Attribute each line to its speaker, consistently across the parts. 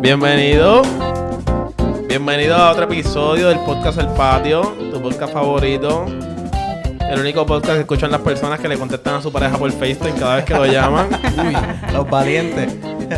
Speaker 1: Bienvenido. Bienvenido a otro episodio del podcast El Patio, tu podcast favorito. El único podcast que escuchan las personas que le contestan a su pareja por FaceTime cada vez que lo llaman.
Speaker 2: Los valientes.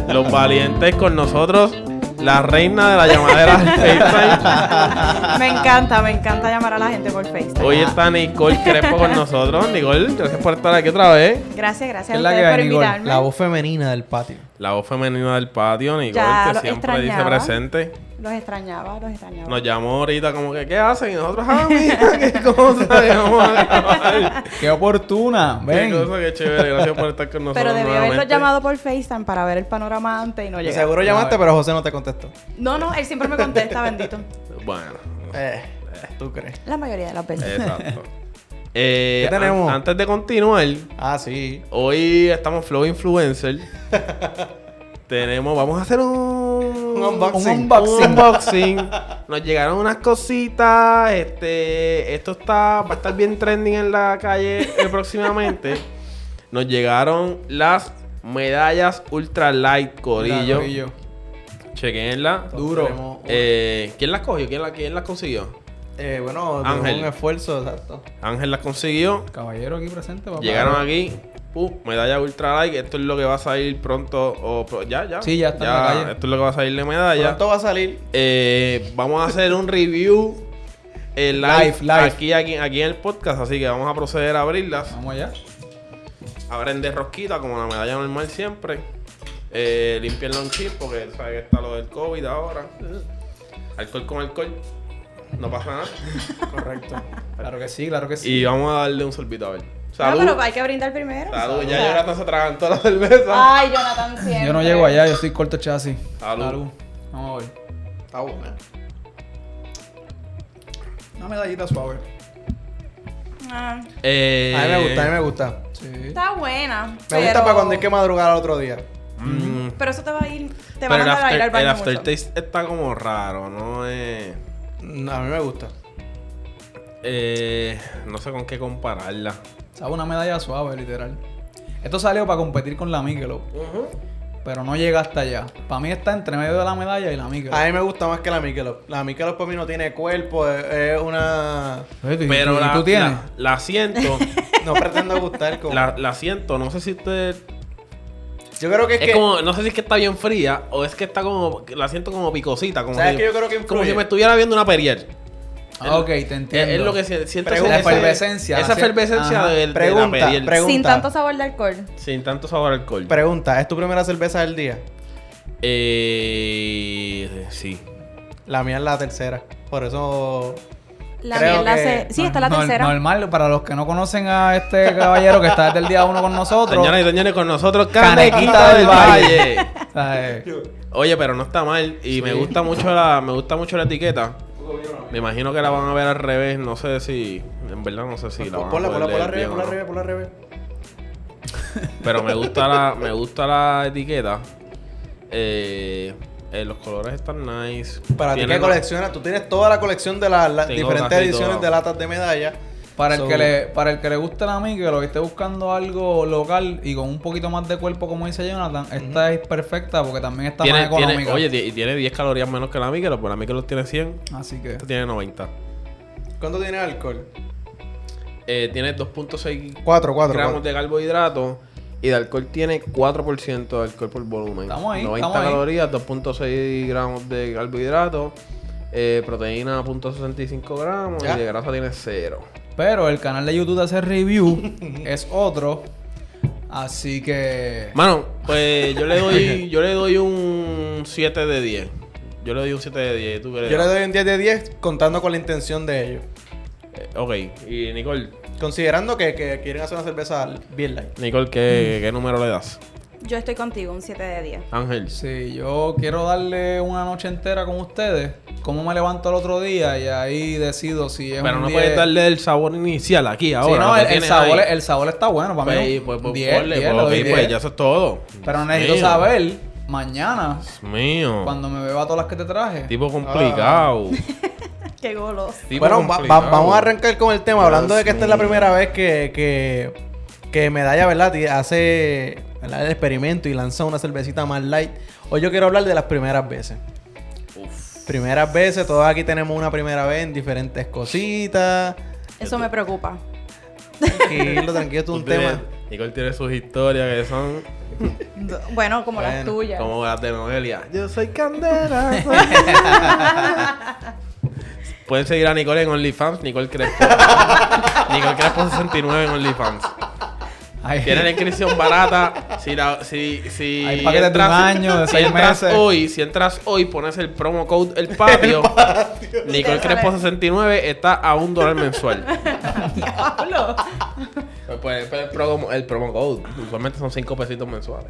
Speaker 1: Los valientes con nosotros, la reina de la llamadera del FaceTime.
Speaker 3: Me encanta, me encanta llamar a la gente por FaceTime.
Speaker 1: Hoy está Nicole Crespo con nosotros. Nicole, gracias por estar aquí otra vez.
Speaker 3: Gracias, gracias a
Speaker 2: Es la que
Speaker 3: ustedes por
Speaker 2: hay, Nicole.
Speaker 3: invitarme.
Speaker 2: La voz femenina del patio.
Speaker 1: La voz femenina del patio, Nicole,
Speaker 3: Ya
Speaker 1: que
Speaker 3: lo
Speaker 1: siempre dice
Speaker 3: extrañaba.
Speaker 1: presente.
Speaker 3: Los extrañaba, los extrañaba.
Speaker 1: Nos llamó ahorita como que, ¿qué hacen? Y nosotros, ah, mira, qué cosa, que vamos a grabar.
Speaker 2: ¡Qué oportuna!
Speaker 1: Qué cosa, qué chévere. Gracias por estar con nosotros
Speaker 3: Pero debí haberlo
Speaker 1: nuevamente.
Speaker 3: llamado por FaceTime para ver el panorama antes y no llegué.
Speaker 2: Seguro llamaste, pero José no te contestó.
Speaker 3: No, no, él siempre me contesta, bendito.
Speaker 1: Bueno,
Speaker 2: Eh, ¿tú crees?
Speaker 3: La mayoría de las veces.
Speaker 1: exacto. Eh,
Speaker 2: ¿Qué tenemos?
Speaker 1: an- antes de continuar,
Speaker 2: Ah, sí.
Speaker 1: hoy estamos Flow Influencer. tenemos, vamos a hacer un...
Speaker 2: Un unboxing.
Speaker 1: Un unboxing. Nos llegaron unas cositas. Este, esto está, va a estar bien trending en la calle eh, próximamente. Nos llegaron las medallas ultra light, corillo.
Speaker 2: Corillo.
Speaker 1: Chequenla.
Speaker 2: Duro.
Speaker 1: Tenemos- Eh, ¿Quién las cogió? ¿Quién, la- quién las consiguió?
Speaker 2: Eh, bueno, tuvo
Speaker 1: Ángel.
Speaker 2: un esfuerzo, exacto.
Speaker 1: Ángel las consiguió.
Speaker 2: Caballero aquí presente, papá.
Speaker 1: Llegaron aquí. Uh, medalla ultra like. Esto es lo que va a salir pronto. O pro- ya, ya.
Speaker 2: Sí, ya está en la calle.
Speaker 1: Esto es lo que va a salir de medalla.
Speaker 2: Pronto va a salir.
Speaker 1: Eh, vamos a hacer un review eh, live,
Speaker 2: Live, live.
Speaker 1: Aquí, aquí, aquí en el podcast. Así que vamos a proceder a abrirlas.
Speaker 2: Vamos allá.
Speaker 1: Abren de rosquita, como la medalla normal siempre. Eh, limpienlo un chip, porque sabe que está lo del COVID ahora. Alcohol con alcohol. No pasa nada.
Speaker 2: Correcto. Claro que sí, claro que sí.
Speaker 1: Y vamos a darle un sorbito a ver.
Speaker 3: No,
Speaker 1: Salud.
Speaker 3: Ah, pero hay que brindar primero.
Speaker 1: Salud. Ya Jonathan se tragan toda la cerveza.
Speaker 3: Ay, Jonathan siempre.
Speaker 4: Yo no llego allá, yo soy corto chasis.
Speaker 1: Salud.
Speaker 4: Vamos a ver.
Speaker 2: Está buena.
Speaker 4: Una medallita suave.
Speaker 3: Ah,
Speaker 1: Eh,
Speaker 2: A mí me gusta, a mí me gusta.
Speaker 4: Sí.
Speaker 3: está buena. Me
Speaker 2: Me gusta para cuando hay que madrugar al otro día.
Speaker 1: Mm,
Speaker 3: Pero eso te va a ir. Te va a
Speaker 1: pero el,
Speaker 3: mandar a ir al
Speaker 1: after-
Speaker 3: baño.
Speaker 1: el
Speaker 3: mucho.
Speaker 1: aftertaste está como raro, ¿no? Eh,
Speaker 2: No, a mí me gusta.
Speaker 1: eh, no sé con qué compararla.
Speaker 4: Sabe una medalla suave, literal. Esto salió para competir con la Michelob, pero no llega hasta allá. Para mí está entre medio de la medalla y la Michelob.
Speaker 2: A mí me gusta más que la Michelob. La Michelob para mí no tiene cuerpo, es, es una...
Speaker 4: Oye, ¿tú-
Speaker 1: Pero
Speaker 4: tú-
Speaker 1: la,
Speaker 4: tú tienes.
Speaker 1: la- la siento.
Speaker 2: No pretendo gustar como...
Speaker 1: la, la siento. No sé si te. Es,
Speaker 2: Yo creo que es, que...
Speaker 1: como. No sé si es que está bien fría o es que está como. La siento como picosita. Como
Speaker 2: ¿Sabes
Speaker 1: si,
Speaker 2: qué yo creo que
Speaker 1: como si
Speaker 2: influye?
Speaker 1: me estuviera viendo una periel.
Speaker 4: Ah, ok, te entiendo.
Speaker 1: Es, es lo que si- siento.
Speaker 2: Pregunta.
Speaker 1: ese-
Speaker 2: La
Speaker 4: efervescencia,
Speaker 1: Esa
Speaker 4: la si-
Speaker 1: efervescencia
Speaker 4: Ajá.
Speaker 1: de, de la
Speaker 2: Pregunta,
Speaker 1: periel.
Speaker 2: pregunta.
Speaker 3: Sin tanto sabor de alcohol.
Speaker 1: Sin tanto sabor a alcohol.
Speaker 2: Pregunta, ¿es tu primera cerveza del día?
Speaker 1: eh. Sí.
Speaker 2: La mía es la tercera. Por eso...
Speaker 3: La
Speaker 2: Creo
Speaker 3: miel la
Speaker 2: que-
Speaker 3: hace. Sí, está la
Speaker 4: Nor-
Speaker 3: tercera.
Speaker 4: Normal, para los que no conocen a este caballero que está desde el día uno con nosotros.
Speaker 1: Señoras y señores, con nosotros
Speaker 4: Canequita
Speaker 1: Canequita del
Speaker 4: del Valle.
Speaker 1: Valle.
Speaker 4: o sea, eh,
Speaker 1: Oye, pero no está mal y me gusta mucho la me gusta mucho la etiqueta. Me imagino que la van a ver al revés, no sé si en verdad no sé si la van a
Speaker 2: ponla,
Speaker 1: poder
Speaker 2: ponla, ponla
Speaker 1: leer bien
Speaker 2: arriba,
Speaker 1: o
Speaker 2: ponla
Speaker 1: no.
Speaker 2: arriba, ponla arriba.
Speaker 1: Pero me gusta la me gusta la etiqueta. Eh, eh, los colores están nice.
Speaker 2: Para ti
Speaker 1: Tienen
Speaker 2: que
Speaker 1: la-
Speaker 2: coleccionas, tú tienes toda la colección de las las
Speaker 1: Tengo
Speaker 2: diferentes
Speaker 1: casi
Speaker 2: ediciones
Speaker 1: todo.
Speaker 2: de latas de medalla.
Speaker 4: Para,
Speaker 2: So-
Speaker 4: el que le, para el que le guste la Michelob y esté buscando algo local y con un poquito más de cuerpo, como dice Jonathan, esta es perfecta porque también está
Speaker 1: tiene,
Speaker 4: más económica.
Speaker 1: tiene- oye, ti- y tiene 10 calorías menos que la Michelob, pero la Michelob tiene 100,
Speaker 4: Así que.
Speaker 1: esta tiene 90.
Speaker 2: ¿Cuánto tiene alcohol?
Speaker 1: Eh, tiene 2.6
Speaker 2: Cuatro, cuatro.
Speaker 1: gramos
Speaker 2: cuatro.
Speaker 1: de carbohidratos y de alcohol tiene 4% de alcohol por volumen.
Speaker 4: Estamos ahí,
Speaker 1: 90
Speaker 4: estamos ahí.
Speaker 1: calorías, 2.6 gramos de carbohidratos, eh, proteína 0.65 gramos
Speaker 2: Ya.
Speaker 1: y de grasa tiene 0.
Speaker 4: Pero el canal de YouTube de hacer review es otro. Así que.
Speaker 1: Mano, pues yo le doy yo le doy un 7 de 10. Yo le doy un 7 de 10. ¿Tú qué
Speaker 2: Yo le
Speaker 1: das?
Speaker 2: doy un 10 de 10 contando con la intención de ellos.
Speaker 1: Eh, ok, y Nicole,
Speaker 2: Considerando que, que quieren hacer una cerveza bien light.
Speaker 1: Nicole
Speaker 4: Mm.
Speaker 1: ¿qué, ¿qué número le das?
Speaker 3: Yo estoy contigo, un 7 de 10.
Speaker 1: Ángel.
Speaker 4: Si yo quiero darle una noche entera con ustedes, cómo me levanto el otro día y ahí decido si es
Speaker 1: Pero
Speaker 4: un
Speaker 1: no
Speaker 4: 10.
Speaker 1: puedes darle el sabor inicial aquí
Speaker 4: Sí,
Speaker 1: ahora.
Speaker 4: no,
Speaker 1: lo que
Speaker 4: el, el
Speaker 1: tienes
Speaker 4: sabor,
Speaker 1: ahí.
Speaker 4: el sabor está bueno para
Speaker 1: Pues,
Speaker 4: mí.
Speaker 1: pues, pues,
Speaker 4: 10,
Speaker 1: ponle,
Speaker 4: 10,
Speaker 1: pues,
Speaker 4: le doy
Speaker 1: ok, pues,
Speaker 4: 10.
Speaker 1: ya eso es todo.
Speaker 4: Pero
Speaker 1: Dios
Speaker 4: necesito
Speaker 1: mío.
Speaker 4: saber mañana
Speaker 1: Dios mío.
Speaker 4: cuando me beba todas las que te traje.
Speaker 1: Tipo complicado.
Speaker 3: Qué golos.
Speaker 1: Tipo
Speaker 2: bueno, va- va-
Speaker 1: complicado.
Speaker 2: vamos a arrancar con el tema.
Speaker 1: Dios
Speaker 2: hablando de que esta es la
Speaker 1: mío.
Speaker 2: primera vez que, que, que Medalla, ¿verdad? Ti- Hace ¿verdad? El experimento y lanzar una cervecita más light. Hoy yo quiero hablar de las primeras veces. Primeras veces, todos aquí tenemos una primera vez en diferentes cositas.
Speaker 3: Eso me preocupa.
Speaker 2: Tranquilo, tranquilo, esto es un tema.
Speaker 1: Nicole tiene sus historias que son
Speaker 3: Bueno, como las
Speaker 2: Bueno,
Speaker 3: tuyas.
Speaker 1: como las de Noelia. Yo soy candela. soy- Pueden seguir a Nicole en OnlyFans, Nicole Crespo. Nicole Crespo 69 en OnlyFans.
Speaker 4: Ay,
Speaker 1: Tienen la inscripción barata. Si, la, si, si
Speaker 4: Hay paquetes de un año, de
Speaker 1: si
Speaker 4: seis
Speaker 1: entras
Speaker 4: meses.
Speaker 1: hoy, si entras hoy, pones el promo code El Patio. Nicole
Speaker 3: Te sale.
Speaker 1: Crespo 69 está a un dólar mensual.
Speaker 3: Diablo.
Speaker 1: Pues, pues, pues, el, promo, el promo code. Usualmente son 5 pesitos mensuales.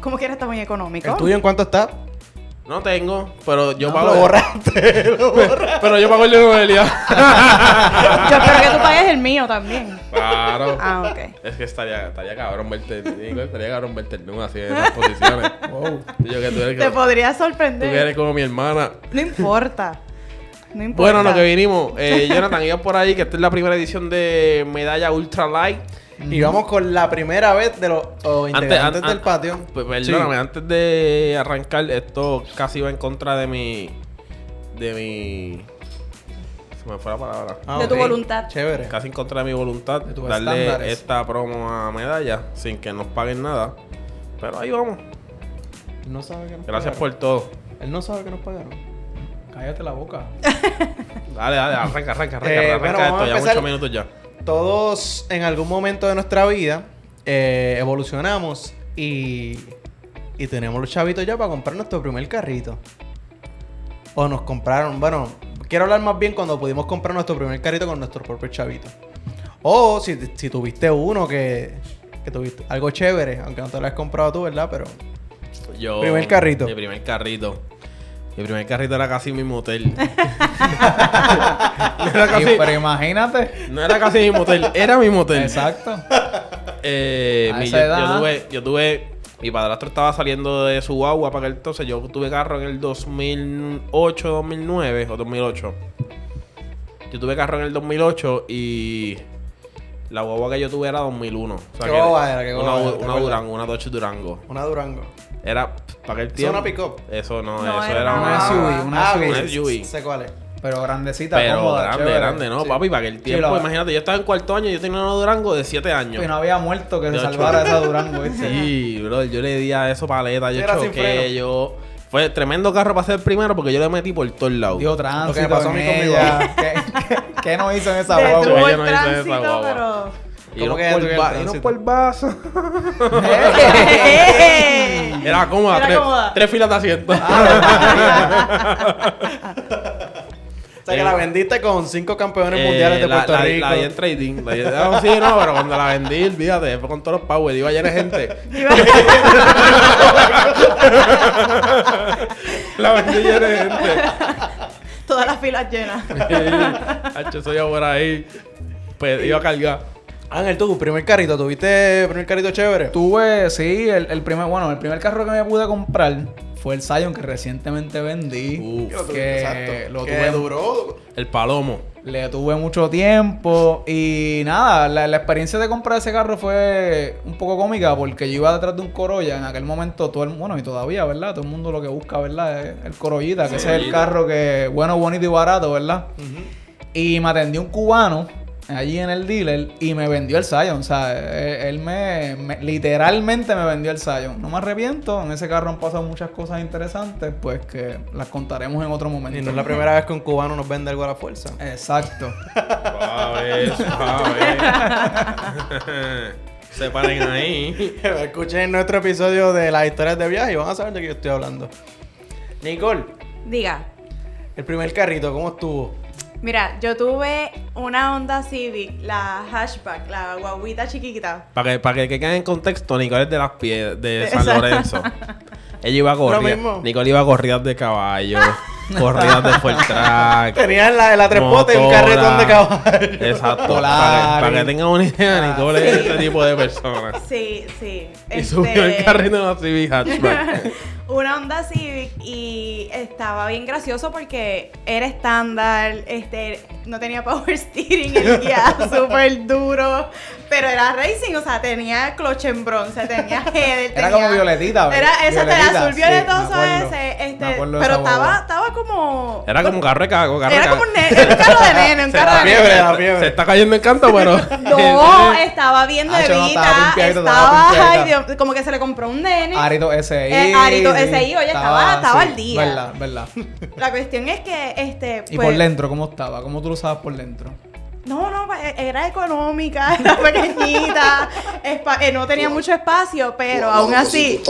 Speaker 3: Como quiera está muy económico.
Speaker 2: ¿El tuyo en cuánto está?
Speaker 1: No tengo, pero yo
Speaker 2: No,
Speaker 1: pago.
Speaker 2: Lo borraste, lo borraste.
Speaker 1: Pero yo pago el de Noelia.
Speaker 3: Yo espero que tú pagues el mío también.
Speaker 1: claro.
Speaker 3: Ah, ok.
Speaker 1: Es que estaría, estaría cabrón verte, Nicole, estaría cabrón verte el nudo así en esas posiciones.
Speaker 4: wow.
Speaker 1: Yo que tú eres,
Speaker 3: Te
Speaker 1: que-
Speaker 3: podría
Speaker 1: tú que eres
Speaker 3: sorprender.
Speaker 1: como mi hermana.
Speaker 3: No importa. No importa.
Speaker 1: Bueno, lo que vinimos, eh, Jonathan, iba por ahí que esta es la primera edición de Medalla Ultra Light.
Speaker 2: Y vamos con la primera vez de los oh, integrantes
Speaker 1: mm. an- an-
Speaker 2: del patio.
Speaker 1: Pues, Perdóname, antes de arrancar, esto casi va en contra de mi. de mi. se me fue la palabra.
Speaker 2: Ah,
Speaker 3: De tu
Speaker 2: ok.
Speaker 3: voluntad.
Speaker 2: Chévere.
Speaker 1: Casi en contra de mi voluntad,
Speaker 4: De tus
Speaker 1: darle
Speaker 4: estándares.
Speaker 1: esta promo a Medalla sin que nos paguen nada. Pero ahí vamos.
Speaker 2: Él no sabe que nos
Speaker 1: Gracias
Speaker 2: pagaron.
Speaker 1: por todo.
Speaker 2: Él no sabe que nos pagaron.
Speaker 4: Cállate la boca.
Speaker 1: Dale, dale, arranca, arranca, arranca,
Speaker 2: Eh,
Speaker 1: arranca
Speaker 2: bueno,
Speaker 1: esto,
Speaker 2: vamos a
Speaker 1: ya
Speaker 2: empezar.
Speaker 1: muchos minutos ya.
Speaker 2: Todos en algún momento de nuestra vida eh, evolucionamos y, y tenemos los chavitos ya para comprar nuestro primer carrito. O nos compraron, bueno, quiero hablar más bien cuando pudimos comprar nuestro primer carrito con nuestro propio chavito. O si, si tuviste uno que, que tuviste algo chévere, aunque no te lo has comprado tú, ¿verdad? Pero
Speaker 1: Yo,
Speaker 2: Primer carrito.
Speaker 1: Mi primer carrito. Mi primer carrito era casi mi motel. no, era
Speaker 4: Y-
Speaker 1: casi,
Speaker 4: pero imagínate.
Speaker 1: no era casi mi motel, era mi motel.
Speaker 4: Exacto.
Speaker 1: Eh,
Speaker 4: A
Speaker 1: mi-
Speaker 4: esa
Speaker 1: yo,
Speaker 4: edad.
Speaker 1: yo tuve, yo tuve, mi padrastro estaba saliendo de su guagua para aquel entonces. Yo tuve carro en el 2008, 2009 o 2008. Yo tuve carro en el 2008 y la guagua que yo tuve era 2001. O sea
Speaker 2: ¿Qué
Speaker 1: que
Speaker 2: guagua era? ¿Qué
Speaker 1: una,
Speaker 2: guagua era? ¿Te
Speaker 1: una
Speaker 2: acuerdas?
Speaker 1: Durango, una Dodge Durango.
Speaker 2: una Durango.
Speaker 1: Era pff, para aquel
Speaker 2: ¿Eso es
Speaker 1: tiempo.
Speaker 2: una pick-up?
Speaker 1: Eso no,
Speaker 3: No,
Speaker 1: eso
Speaker 3: era
Speaker 1: era
Speaker 3: una
Speaker 1: una
Speaker 4: Una
Speaker 1: SUV.
Speaker 4: SUV, una
Speaker 2: Ah, ok,
Speaker 1: Una
Speaker 4: SUV.
Speaker 2: sí,
Speaker 1: SUV.
Speaker 2: Sé cuál es.
Speaker 4: Pero grandecita,
Speaker 1: Pero
Speaker 4: cómoda,
Speaker 1: grande,
Speaker 4: chévere.
Speaker 1: grande, ¿no,
Speaker 4: Sí.
Speaker 1: papi? Para aquel tiempo,
Speaker 4: la-
Speaker 1: imagínate, yo estaba en cuarto año, yo tenía una Durango de 7 años.
Speaker 4: Y no había muerto que se
Speaker 1: Yo
Speaker 4: salvara
Speaker 1: choqué.
Speaker 4: esa Durango, ¿viste?
Speaker 1: Sí, bro, yo le di a eso paleta, yo
Speaker 2: Era sin freno.
Speaker 1: choqué, yo... Fue tremendo carro para ser primero porque yo le metí por todos lados.
Speaker 4: Dio tránsito
Speaker 2: Lo que me pasó a mí
Speaker 4: en
Speaker 2: con mi
Speaker 4: ella. ¿Qué, qué, qué no hizo en esa
Speaker 3: Detuvo
Speaker 1: Yo
Speaker 4: guagua?
Speaker 1: no
Speaker 3: el
Speaker 1: hice esa
Speaker 3: tránsito,
Speaker 1: guagua.
Speaker 3: pero...
Speaker 1: y
Speaker 2: ¿Cómo
Speaker 1: no
Speaker 2: que ya
Speaker 1: por,
Speaker 2: tuvieron
Speaker 1: ba- y no
Speaker 2: tránsito?
Speaker 1: por vaso.
Speaker 3: ¡Eh!
Speaker 1: Era cómoda,
Speaker 3: Era
Speaker 1: tres,
Speaker 3: cómoda.
Speaker 1: tres filas de
Speaker 2: Ah,
Speaker 1: asiento.
Speaker 2: O sea, que
Speaker 1: Eh,
Speaker 2: la vendiste con cinco campeones
Speaker 1: Eh,
Speaker 2: mundiales de
Speaker 1: la-
Speaker 2: Puerto
Speaker 1: la,
Speaker 2: Rico.
Speaker 1: La, di en trading. La di- Ah, sí, no, pero cuando la vendí, olvídate, fue con todos los power, iba llena de gente. La vendí llena de gente.
Speaker 3: Todas las filas llenas.
Speaker 1: Hacho, soy ahora ahí. Pues iba a cargar.
Speaker 2: Ángel, tú, primer carrito, ¿tuviste primer carrito chévere?
Speaker 4: Pues Tuve, sí, el, el primer, bueno, el primer carro que me pude comprar fue el Scion que recientemente vendí.
Speaker 1: Uf.
Speaker 4: que lo
Speaker 2: Que
Speaker 4: tuve
Speaker 2: duró.
Speaker 1: El palomo.
Speaker 4: Le tuve mucho tiempo y nada, la, la experiencia de comprar ese carro fue un poco cómica porque yo iba detrás de un Corolla. En aquel momento, todo el bueno, y todavía, ¿verdad? Todo el mundo lo que busca, ¿verdad? Es el Corollita, que ese es el
Speaker 1: Corollita.
Speaker 4: carro que bueno, bonito y barato, ¿verdad? Y me atendió un cubano allí en el dealer y me vendió el Scion. O sea, eh, él, él me, me- literalmente me vendió el Scion. No me arrepiento, en ese carro han pasado muchas cosas interesantes, pues que las contaremos en otro momento.
Speaker 2: Y no es la primera vez que un cubano nos vende algo a la fuerza.
Speaker 4: Exacto.
Speaker 1: Suave, suave. Se paren ahí.
Speaker 2: Escuchen nuestro episodio de las historias de viaje y van a saber de qué yo estoy hablando. Nicole,
Speaker 3: Diga,
Speaker 2: el primer carrito, ¿cómo estuvo?
Speaker 3: mira, yo tuve una Honda Civic, la hatchback, la guaguita chiquita.
Speaker 1: Para que, para que, que quede en contexto, Nicole es de las piedras de San
Speaker 3: Exacto.
Speaker 1: Lorenzo. Ella iba a correr.
Speaker 2: mismo.
Speaker 1: Nicole iba a correr de caballo. corridas de full track.
Speaker 2: Tenías la, la tres potes y un
Speaker 1: motora.
Speaker 2: carretón de caballo.
Speaker 1: Exacto. Para
Speaker 4: Polaris.
Speaker 1: que, para que tengan una idea, Nicole es ese tipo de persona.
Speaker 3: Sí, sí.
Speaker 1: Y subió
Speaker 3: Este-
Speaker 1: el carrito en la Civic Hatchback.
Speaker 3: una Honda Civic y estaba bien gracioso porque era estándar, este, no tenía power steering, el guía súper duro, pero era racing, o sea, tenía clutch en bronce, tenía header,
Speaker 4: Era
Speaker 3: tenía-
Speaker 4: como violetita, ¿verdad?
Speaker 3: Era esa era
Speaker 4: Violetita,
Speaker 3: azul
Speaker 4: sí,
Speaker 3: violetoso
Speaker 4: me acuerdo.
Speaker 3: ese, este,
Speaker 4: Me acuerdo de
Speaker 3: pero
Speaker 4: esa
Speaker 3: estaba,
Speaker 4: guagua.
Speaker 3: estaba como...
Speaker 1: Era como un carro de cago, carro de
Speaker 3: Era
Speaker 1: cago.
Speaker 3: como un, ne- era un carro de nene, un carro de nene.
Speaker 2: fiebre, la fiebre.
Speaker 1: Se está cayendo en canto, pero.
Speaker 3: No, estaba bien
Speaker 4: Ah, yo no,
Speaker 3: bebita,
Speaker 4: estaba pimpiadito, estaba
Speaker 3: estaba, ay,
Speaker 4: pimpiadito.
Speaker 3: Dios, como que se le compró un nene.
Speaker 4: Arito SI.
Speaker 3: Eh, Arito SI, oye, estaba- estaba al día.
Speaker 4: Verdad, verdad.
Speaker 3: La cuestión es que, este,
Speaker 4: Y
Speaker 3: pues,
Speaker 4: por dentro, ¿cómo estaba? ¿Cómo tú lo usabas por dentro?
Speaker 3: No, no, pa- e, era económica, era pequeñita, espa- eh, no tenía mucho espacio, pero aún así,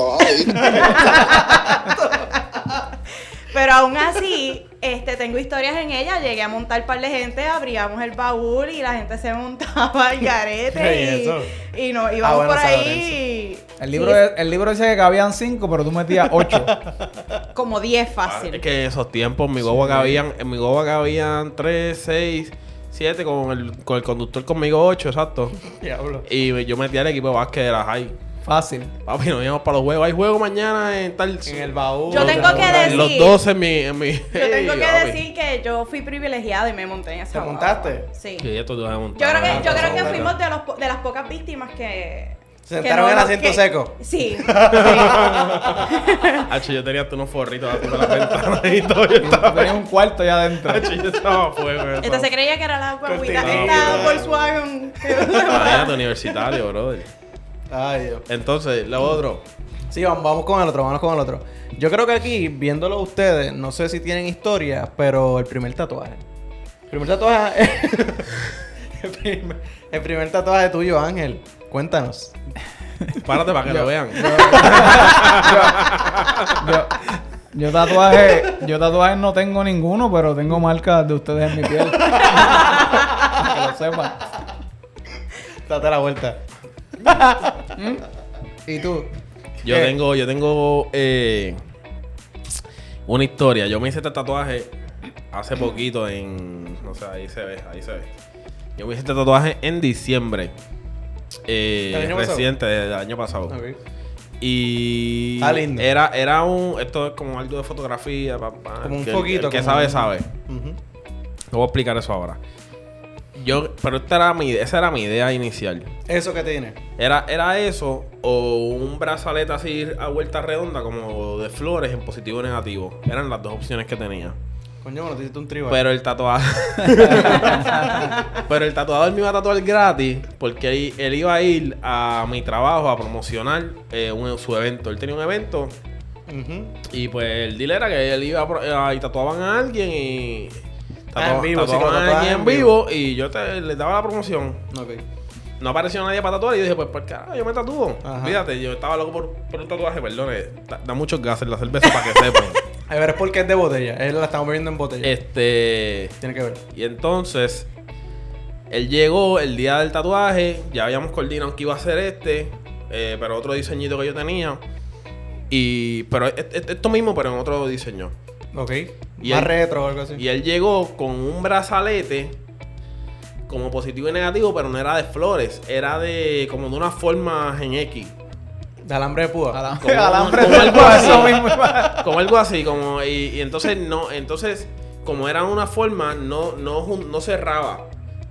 Speaker 3: pero aún así, este, tengo historias en ella, llegué a montar par de gente, abríamos el baúl y la gente se montaba al
Speaker 2: Ey,
Speaker 3: garete
Speaker 2: eso.
Speaker 3: y, y nos íbamos
Speaker 2: Ah, bueno,
Speaker 3: por
Speaker 2: San
Speaker 3: ahí.
Speaker 4: El
Speaker 3: y-
Speaker 4: libro, de- el libro dice que cabían cinco, pero tú metías ocho.
Speaker 3: Como 10
Speaker 1: Es
Speaker 3: fácil.
Speaker 1: que esos tiempos, mi guagua cabían, en mi guagua cabían 3, 6, 7, con el, con el conductor conmigo 8, exacto.
Speaker 2: Diablo.
Speaker 1: Y yo metía al equipo de básquet de la high.
Speaker 4: Fácil.
Speaker 1: Papi, nos íbamos para los juegos. Hay juego mañana en tal.
Speaker 2: En el baúl.
Speaker 3: Yo tengo que
Speaker 1: en
Speaker 3: decir-
Speaker 1: los 12 en mi. En mi
Speaker 3: Yo tengo
Speaker 1: Ey,
Speaker 3: que
Speaker 1: papi.
Speaker 3: decir que yo fui privilegiada y me monté en esa
Speaker 2: ¿Te
Speaker 3: guagua.
Speaker 2: montaste? pues
Speaker 3: Sí.
Speaker 1: Que ya tú te vas a montar.
Speaker 3: Yo creo
Speaker 1: Ah,
Speaker 3: que, yo creo que
Speaker 2: bueno.
Speaker 3: fuimos de, los, po- de las pocas víctimas que.
Speaker 2: Sentaron
Speaker 3: que
Speaker 2: el
Speaker 3: no-
Speaker 2: asiento
Speaker 3: que-
Speaker 2: seco.
Speaker 3: Sí.
Speaker 1: Hacho, yo tenía hasta unos forritos atrás de la ventana y todo. Yo estaba.
Speaker 4: Tenías un cuarto ya adentro.
Speaker 1: Hacho, yo estaba a fuego. en esa-
Speaker 3: Entonces creía que era la guaguita,
Speaker 2: Cortina.
Speaker 3: esta Volkswagen.
Speaker 1: Imagínate, universitario, brother.
Speaker 2: Ay, Dios.
Speaker 1: Entonces, lo otro.
Speaker 2: Sí, vamos, vamos con el otro, vamos con el otro. Yo creo que aquí, viéndolo ustedes, no sé si tienen historia, pero el primer tatuaje. El primer tatuaje. el, primer, el primer tatuaje tuyo, Ángel. Cuéntanos.
Speaker 1: Párate para que lo vean.
Speaker 4: Yo, yo tatuaje, yo tatuajes no tengo ninguno, pero tengo marcas de ustedes en mi piel. Para que lo sepan.
Speaker 2: Date la vuelta.
Speaker 4: ¿Y tú?
Speaker 1: Yo
Speaker 2: Eh.
Speaker 4: ¿Qué?
Speaker 1: tengo, yo tengo eh, una historia. Yo me hice este tatuaje hace poquito en. No sé, ahí se ve, ahí se ve. Yo me hice este tatuaje en diciembre. Eh,
Speaker 2: ¿Del año pasado?
Speaker 1: reciente, del año pasado. Y.
Speaker 2: Está lindo.
Speaker 1: Era, era un. Esto es como algo de fotografía. pa, pa,
Speaker 2: Como un
Speaker 1: que el-
Speaker 2: foquito,
Speaker 1: El, que
Speaker 2: como
Speaker 1: sabe,
Speaker 2: un-
Speaker 1: sabe.
Speaker 2: Ujú.
Speaker 1: No voy a explicar eso ahora. Yo, pero esta era mi, esa era mi idea inicial.
Speaker 2: Eso que tiene.
Speaker 1: Era, era eso o un brazalete así a vuelta redonda como de flores en positivo y negativo. Eran las dos opciones que tenía.
Speaker 2: Coño, bueno, te hiciste un tribal.
Speaker 1: Pero el tatuaje... Pero el tatuador me iba a tatuar gratis porque él, él iba a ir a mi trabajo a promocionar eh, un- su evento. Él tenía un evento
Speaker 2: Ujú.
Speaker 1: y pues el deal era que él iba a pro- eh, y tatuaban a alguien y...
Speaker 2: Ah, en
Speaker 1: tatuaban a
Speaker 2: vivo, sí, que lo tatuaban
Speaker 1: alguien
Speaker 2: en
Speaker 1: en vivo y yo te- le daba la promoción
Speaker 2: Ok.
Speaker 1: no apareció nadie para tatuar y yo dije, pues, pues carajo, yo me tatúo.
Speaker 2: Ajá.
Speaker 1: Fíjate, yo estaba loco por, por un tatuaje, perdón, eh, da, da muchos gases la cerveza para que sepan.
Speaker 2: A ver, es porque es de botella. Él la estamos bebiendo en botella.
Speaker 1: este,
Speaker 2: Tiene que ver.
Speaker 1: y entonces, él llegó el día del tatuaje, ya habíamos coordinado que iba a ser este, eh, pero otro diseñito que yo tenía. Y, pero es- es- esto mismo, pero en otro diseño.
Speaker 2: Ok.
Speaker 1: Y
Speaker 2: Más
Speaker 1: él-
Speaker 2: retro o algo así.
Speaker 1: Y él llegó con un brazalete como positivo y negativo, pero no era de flores, era de como de unas formas en X.
Speaker 2: De alambre de púa.
Speaker 4: Alambre,
Speaker 1: Como-
Speaker 4: alambre.
Speaker 1: como algo así.
Speaker 4: Eso mismo.
Speaker 1: como algo así, como y, y entonces no, entonces como era una forma no no jun- no cerraba.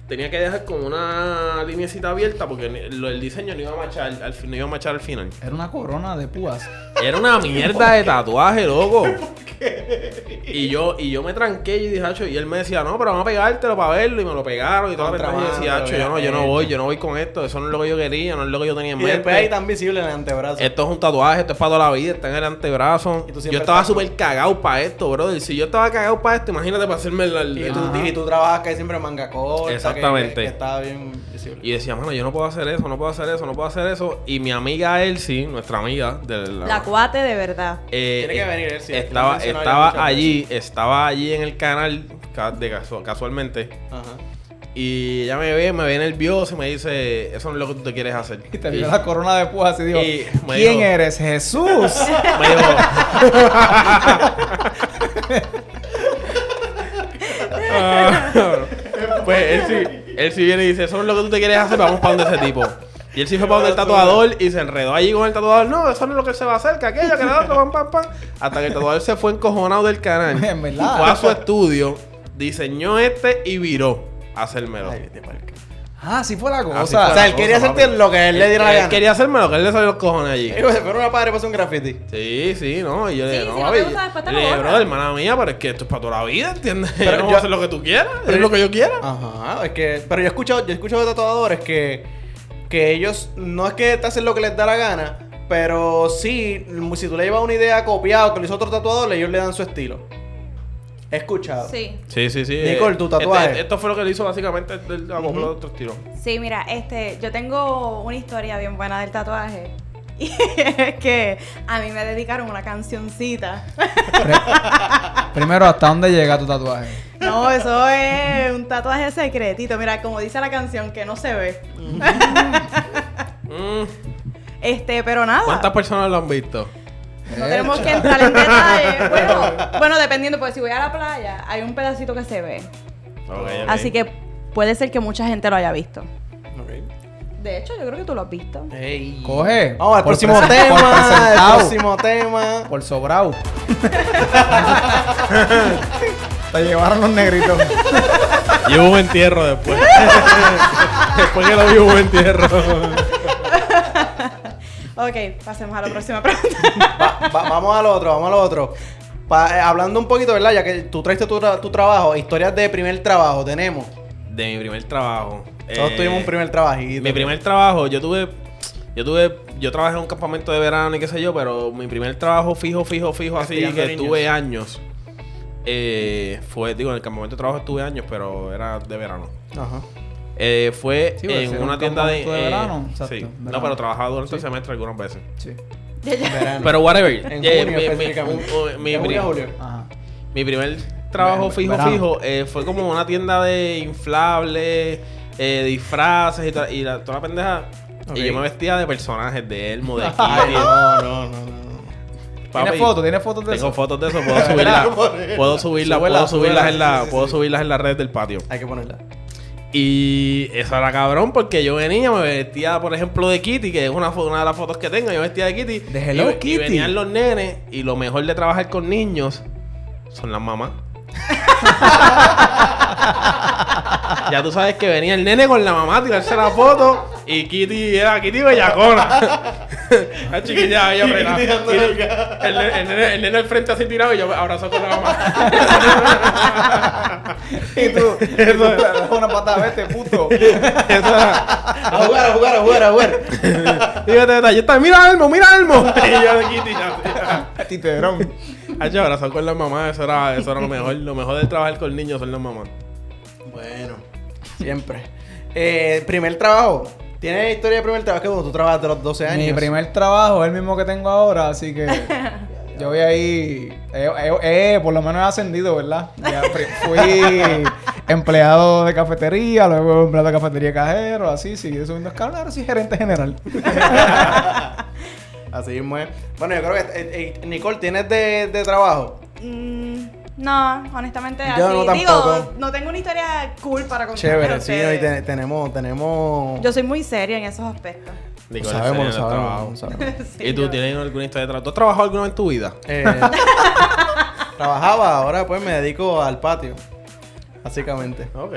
Speaker 1: Tenía que dejar como una linecita abierta porque ni- lo- el diseño no iba a machar al fin- no iba a machar al final.
Speaker 4: Era una corona de púas.
Speaker 1: Era una mierda de tatuaje, loco. Y yo y yo me tranqué y dije, "Acho", y él me decía, "No, pero vamos a pegártelo para verlo" y me lo pegaron y toda la pendeja. y yo decía,
Speaker 2: Contrabando,
Speaker 1: "Acho, yo no, yo no
Speaker 2: obviamente.
Speaker 1: voy, yo no voy con esto, eso no es lo que yo quería, no es lo que yo tenía en
Speaker 2: Y después ahí
Speaker 1: mente."
Speaker 2: tan visible en el antebrazo.
Speaker 1: Esto es un tatuaje, esto es para toda la vida, está en el antebrazo.
Speaker 2: Y tú siempre
Speaker 1: Yo estaba
Speaker 2: estás-
Speaker 1: súper cagado para esto, brother. Si yo estaba cagado para esto, imagínate para hacerme el. el-
Speaker 2: Y
Speaker 1: el-
Speaker 2: tú,
Speaker 4: Ajá.
Speaker 2: y tú trabajas que siempre en manga corta. que-
Speaker 1: Exactamente.
Speaker 2: Que, que está bien visible.
Speaker 1: Y decía, mano, yo no puedo hacer eso, no puedo hacer eso, no puedo hacer eso. Y mi amiga Elsie, nuestra amiga de la.
Speaker 3: La cuate de verdad.
Speaker 1: eh,
Speaker 2: Tiene que
Speaker 1: eh,
Speaker 2: venir Elsie, que la
Speaker 1: Estaba,
Speaker 2: mencionó ya muchas
Speaker 1: estaba
Speaker 2: veces.
Speaker 1: allí, estaba allí en el canal, ca- de casu- casualmente.
Speaker 2: Ajá.
Speaker 1: Y ella me ve, me ve nervioso y me dice, eso no es lo que tú te quieres hacer.
Speaker 4: Y te vio la corona de púas y dijo,
Speaker 1: Y me
Speaker 4: ¿quién
Speaker 1: dijo-
Speaker 4: eres? Jesús.
Speaker 1: Me dijo, pues él sí, él sí viene y dice, eso no es lo que tú te quieres hacer, vamos para donde ese tipo. Y él sí fue para donde el tatuador y se enredó allí con el tatuador. No, eso no es lo que se va a hacer, que aquello, que lo otro, pam, pam, pam. Hasta que el tatuador se fue encojonado del canal.
Speaker 4: En verdad.
Speaker 1: Fue a su estudio, diseñó este y viró a hacérmelo.
Speaker 2: Ay, vete pa'l ca-
Speaker 4: Ah, sí fue la cosa.
Speaker 1: Así fue la
Speaker 2: O sea, él quería
Speaker 1: cosa,
Speaker 2: hacerte
Speaker 1: papi.
Speaker 2: lo que él le diera la
Speaker 1: Él
Speaker 2: gana.
Speaker 1: Quería hacérmelo, que él le salió los cojones allí.
Speaker 2: Pero una padre pasó un graffiti.
Speaker 1: Sí, sí, no. Y yo le
Speaker 3: Sí,
Speaker 1: dije, no,
Speaker 3: si no
Speaker 1: papi,
Speaker 3: te gusta, después te lo
Speaker 1: le dije,
Speaker 3: borras.
Speaker 1: brother, hermana mía, pero es que esto es para toda la vida, ¿entiendes?
Speaker 2: Pero
Speaker 1: yo no voy
Speaker 2: yo-
Speaker 1: a hacer lo que tú quieras,
Speaker 2: pero-
Speaker 1: es lo que yo quiera.
Speaker 2: Ajá, es que. Pero yo he escuchado, yo he escuchado de tatuadores que, que ellos no es que te hacen lo que les da la gana, pero sí, si tú le llevas una idea copiada o que lo hizo otro tatuador, ellos le dan su estilo. He escuchado.
Speaker 3: Sí.
Speaker 1: Sí, sí, sí.
Speaker 2: Nicole,
Speaker 1: eh,
Speaker 2: tu tatuaje.
Speaker 1: este- esto fue lo que le hizo básicamente el, el, a
Speaker 2: Ujú.
Speaker 1: otro estilo.
Speaker 3: Sí, mira, este, yo tengo una historia bien buena del tatuaje. Y es que a mí me dedicaron una cancioncita.
Speaker 4: Primero, ¿hasta dónde llega tu tatuaje?
Speaker 3: No, eso es un tatuaje secretito. Mira, como dice la canción, que no se ve.
Speaker 1: Mm,
Speaker 3: Este, pero nada.
Speaker 1: ¿Cuántas personas lo han visto?
Speaker 3: No tenemos que entrar en detalle. Bueno, bueno, dependiendo, porque si voy a la playa, hay un pedacito que se ve. Así que puede ser que mucha gente lo haya visto. De hecho, yo creo que tú lo has visto.
Speaker 2: Ey.
Speaker 4: Coge.
Speaker 2: Vamos al
Speaker 4: Por
Speaker 2: próximo
Speaker 4: presen-
Speaker 2: tema.
Speaker 4: por presentado.
Speaker 2: al próximo tema.
Speaker 4: Por sobrado. Te llevaron los negritos.
Speaker 1: Y hubo un entierro después. después que lo vi hubo un entierro.
Speaker 3: Ok, pasemos a la próxima pregunta.
Speaker 2: Va- va- vamos al otro, vamos al otro. Pa- eh, hablando un poquito, ¿verdad? Ya que tú traiste tu, tra- tu trabajo, historias de primer trabajo tenemos.
Speaker 1: De mi primer trabajo.
Speaker 2: Todos
Speaker 1: Eh,
Speaker 2: tuvimos un primer trabajito.
Speaker 1: Mi primer trabajo, yo tuve. Yo tuve. Yo trabajé en un campamento de verano y qué sé yo, pero mi primer trabajo fijo, fijo, fijo, así
Speaker 2: Castigando
Speaker 1: que
Speaker 2: niños.
Speaker 1: tuve años. eh, fue, digo, en el campamento de trabajo estuve años, pero era de verano.
Speaker 2: Ajá.
Speaker 1: Eh, fue
Speaker 4: Sí, porque
Speaker 1: en
Speaker 4: era
Speaker 1: una
Speaker 4: un
Speaker 1: tienda de.
Speaker 4: campamento de
Speaker 1: eh,
Speaker 4: verano, exacto,
Speaker 1: sí.
Speaker 4: verano.
Speaker 1: No, pero trabajaba durante el
Speaker 4: Sí.
Speaker 1: semestre algunas veces.
Speaker 4: Sí.
Speaker 3: Ya, ya.
Speaker 2: Verano.
Speaker 1: Pero whatever.
Speaker 2: En
Speaker 1: Eh,
Speaker 2: junio
Speaker 1: mi- mi-
Speaker 2: específicamente.
Speaker 1: un- un- mi
Speaker 2: En junio,
Speaker 1: pri-
Speaker 2: julio.
Speaker 4: Ajá.
Speaker 1: mi primer trabajo
Speaker 4: Ver-
Speaker 1: fijo,
Speaker 4: verano.
Speaker 1: fijo, eh, fue como una tienda de inflables, eh, disfraces y, ta- y la- toda la pendeja.
Speaker 2: Ok.
Speaker 1: Y yo me vestía de personajes, de Elmo, de
Speaker 2: Ay,
Speaker 1: Kitty.
Speaker 2: no, no, no, no.
Speaker 1: Papi,
Speaker 4: ¿Tienes fotos? ¿Tienes fotos de
Speaker 1: Tengo
Speaker 4: eso?
Speaker 1: fotos de eso, puedo subirlas. puedo subirlas,
Speaker 2: Súbela,
Speaker 1: puedo subirlas en
Speaker 2: súbela, sí,
Speaker 1: la,
Speaker 2: sí,
Speaker 1: puedo
Speaker 2: sí.
Speaker 1: subirlas en la red del patio.
Speaker 2: Hay que ponerla.
Speaker 1: Y eso era cabrón porque yo venía, me vestía, por ejemplo, de Kitty, que es una, fo- una de las fotos que tengo. Yo vestía de Kitty.
Speaker 4: De Hello
Speaker 1: y, ve-
Speaker 4: Kitty.
Speaker 1: Y venían los nenes. Y lo mejor de trabajar con niños son las mamás. ya tú sabes que venía el nene con la mamá a tirarse la foto. Y Kitty era Kitty bellacona. la chiquilla, ella pegada.
Speaker 2: tirando
Speaker 1: Y el, el nene- el nene- el nene al frente así tirado y yo abrazo con la mamá.
Speaker 4: Y tú, y tú le das una patada, vete, puto.
Speaker 1: Eso era.
Speaker 2: A jugar, a jugar, a jugar, a jugar.
Speaker 1: Dígate detalle. Está, mira Elmo, mira Elmo. y yo de Kitty ya.
Speaker 4: Titerón.
Speaker 1: Hacho, abrazar con las mamás, eso era, eso era lo mejor. Lo mejor de trabajar con niños son las mamás.
Speaker 2: Bueno, siempre. Eh, primer trabajo. ¿Tienes historia de primer trabajo? Que bueno, tú trabajas de los 12 años.
Speaker 4: Mi primer trabajo es el mismo que tengo ahora, así que yo voy ahí. Eh, eh, eh, por lo menos he ascendido, ¿verdad? Ya pri- fui empleado de cafetería, luego empleado de cafetería cajero, así, sigue subiendo escalones, ahora soy gerente general.
Speaker 2: Así mismo es. Bueno, yo creo que. eh, eh, Nicole, ¿tienes de, de trabajo?
Speaker 3: Mm, no, honestamente, así.
Speaker 2: Yo no tampoco.
Speaker 3: Digo, no tengo una historia cool para contar.
Speaker 2: Chévere, sí, hoy te- tenemos. tenemos
Speaker 3: Yo soy muy seria en esos aspectos.
Speaker 2: Lo
Speaker 1: Nicole, en
Speaker 2: sabemos, lo
Speaker 1: el
Speaker 2: sabemos.
Speaker 1: trabajo.
Speaker 2: lo sabemos.
Speaker 3: Sí,
Speaker 1: ¿Y tú
Speaker 3: yo-
Speaker 1: tienes alguna historia de trabajo? ¿Tú has trabajado alguna vez en tu vida?
Speaker 2: Eh, trabajaba, ahora pues me dedico al patio. Básicamente.
Speaker 1: Ok.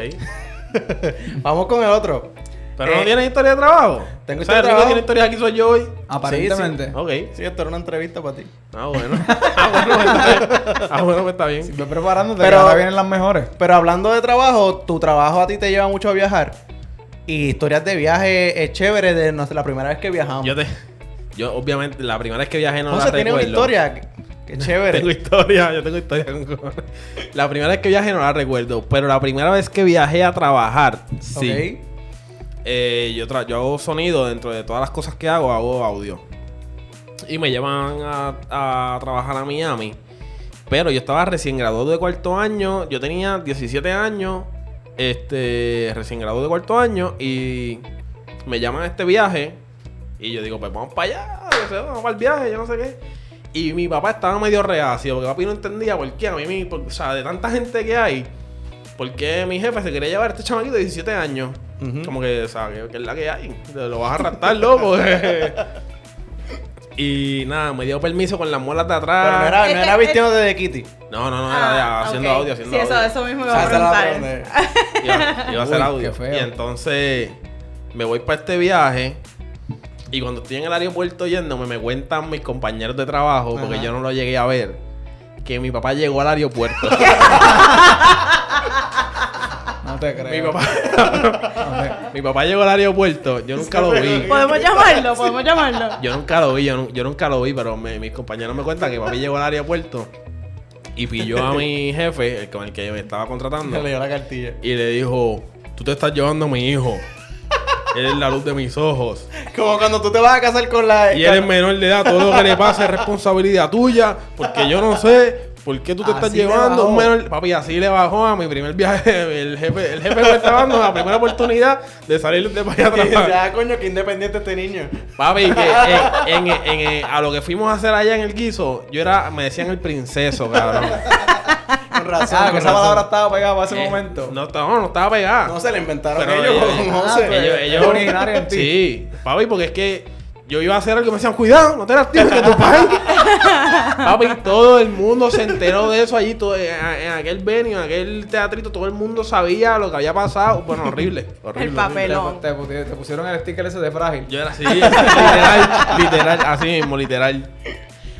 Speaker 2: Vamos con el otro.
Speaker 1: ¿Pero
Speaker 2: Eh,
Speaker 1: no tienes historia de trabajo?
Speaker 2: Tengo
Speaker 1: O sea, el
Speaker 2: historia de
Speaker 1: único
Speaker 2: trabajo.
Speaker 1: que tiene historias aquí soy yo hoy.
Speaker 4: Aparentemente.
Speaker 1: Ok.
Speaker 2: Sí, esto era una entrevista para ti.
Speaker 1: Ah, bueno. Ah, bueno, pues está bien. Ah, bueno, pues está bien.
Speaker 4: Voy preparándote,
Speaker 2: Pero-
Speaker 4: que ahora vienen las mejores.
Speaker 2: Pero hablando de trabajo, tu trabajo a ti te lleva mucho a viajar. Y historias de viaje es chévere de nos- la primera vez que viajamos.
Speaker 1: Yo te... Yo, obviamente, la primera vez que viajé no
Speaker 2: José,
Speaker 1: la
Speaker 2: tiene
Speaker 1: recuerdo.
Speaker 2: una historia. que- Que chévere.
Speaker 1: Tengo historia, yo tengo historia con cojones. La primera vez que viajé no la recuerdo, pero la primera vez que viajé a trabajar, sí.
Speaker 2: Ok.
Speaker 1: Eh, yo, tra- yo hago sonido dentro de todas las cosas que hago, hago audio. Y me llevan a, a trabajar a Miami. Pero yo estaba recién graduado de cuarto año, yo tenía 17 años, este, recién graduado de cuarto año, y me llaman a este viaje. Y yo digo, pues vamos para allá, yo sé, vamos para el viaje, yo no sé qué. Y mi papá estaba medio reacio, porque papi no entendía por qué a mí, mi- por- o sea, de tanta gente que hay, por qué mi jefe se quería llevar a este chamaquito de 17 años.
Speaker 2: Ujú.
Speaker 1: Como que, o sea, que, que es la que hay, lo vas a arrastrar, loco. Y nada, me dio permiso con las muelas de atrás.
Speaker 2: Pero no era,
Speaker 3: Es
Speaker 2: no
Speaker 3: que-
Speaker 2: era
Speaker 3: es-
Speaker 2: vistiéndote de Kitty.
Speaker 1: No, no, no, era de-
Speaker 3: Ah,
Speaker 1: haciendo
Speaker 3: ok.
Speaker 1: audio, haciendo
Speaker 3: Sí, eso,
Speaker 1: audio.
Speaker 3: eso mismo iba
Speaker 2: Ah,
Speaker 3: a
Speaker 2: esa la
Speaker 3: preguntar.
Speaker 2: pregunté.
Speaker 1: Iba, iba a hacer
Speaker 4: Uy,
Speaker 1: audio.
Speaker 4: qué feo.
Speaker 1: Y entonces me voy para este viaje. Y cuando estoy en el aeropuerto yéndome, me cuentan mis compañeros de trabajo, porque
Speaker 2: Ajá.
Speaker 1: yo no lo llegué a ver, que mi papá llegó al aeropuerto.
Speaker 4: No te creo.
Speaker 1: mi, papá, mi papá llegó al aeropuerto, yo nunca lo vi.
Speaker 3: Podemos llamarlo, podemos llamarlo.
Speaker 1: Yo nunca lo vi, yo, nu- yo nunca lo vi, pero me- mis compañeros me cuentan que papi llegó al aeropuerto y pilló a mi jefe, el con el que me estaba contratando.
Speaker 2: Le dio la cartilla.
Speaker 1: y le dijo, tú te estás llevando a mi hijo. Él es la luz de mis ojos.
Speaker 2: Como cuando tú te vas a casar con la.
Speaker 1: Y él es menor de edad, todo lo que le pasa es responsabilidad tuya, porque yo no sé por qué tú te estás
Speaker 2: Así le
Speaker 1: llevando a un
Speaker 2: bajó.
Speaker 1: menor. Papi, así le bajó a mi primer viaje. El jefe, el jefe me estaba dando la primera oportunidad de salir de para allá
Speaker 2: Y dice,
Speaker 1: atrás.
Speaker 2: ah, coño, que independiente este niño.
Speaker 1: Papi, que eh, en- en- eh, a lo que fuimos a hacer allá en el guiso, yo era, me decían el princeso, cabrón.
Speaker 2: Con razón.
Speaker 4: Ah,
Speaker 2: con
Speaker 4: que esa
Speaker 2: razón.
Speaker 4: palabra estaba pegada para ese
Speaker 1: Eh,
Speaker 4: momento.
Speaker 1: No, estaba- no estaba pegada.
Speaker 2: No se la inventaron
Speaker 1: Pero
Speaker 2: ellos
Speaker 1: ellos-
Speaker 2: con
Speaker 1: Ah,
Speaker 2: once.
Speaker 4: pero
Speaker 1: ellos,
Speaker 4: Es
Speaker 1: ellos
Speaker 4: originario en ti.
Speaker 1: Sí, papi, porque es que yo iba a hacer algo y me decían, cuidado, no te las tires que tu país. papi, todo el mundo se enteró de eso allí, todo- en, en aquel venio, en aquel teatrito, todo el mundo sabía lo que había pasado. Bueno, horrible. horrible
Speaker 3: El papel.
Speaker 4: Te, te puti- te pusieron el sticker ese de frágil.
Speaker 1: Yo era así, literal, literal, así mismo, literal.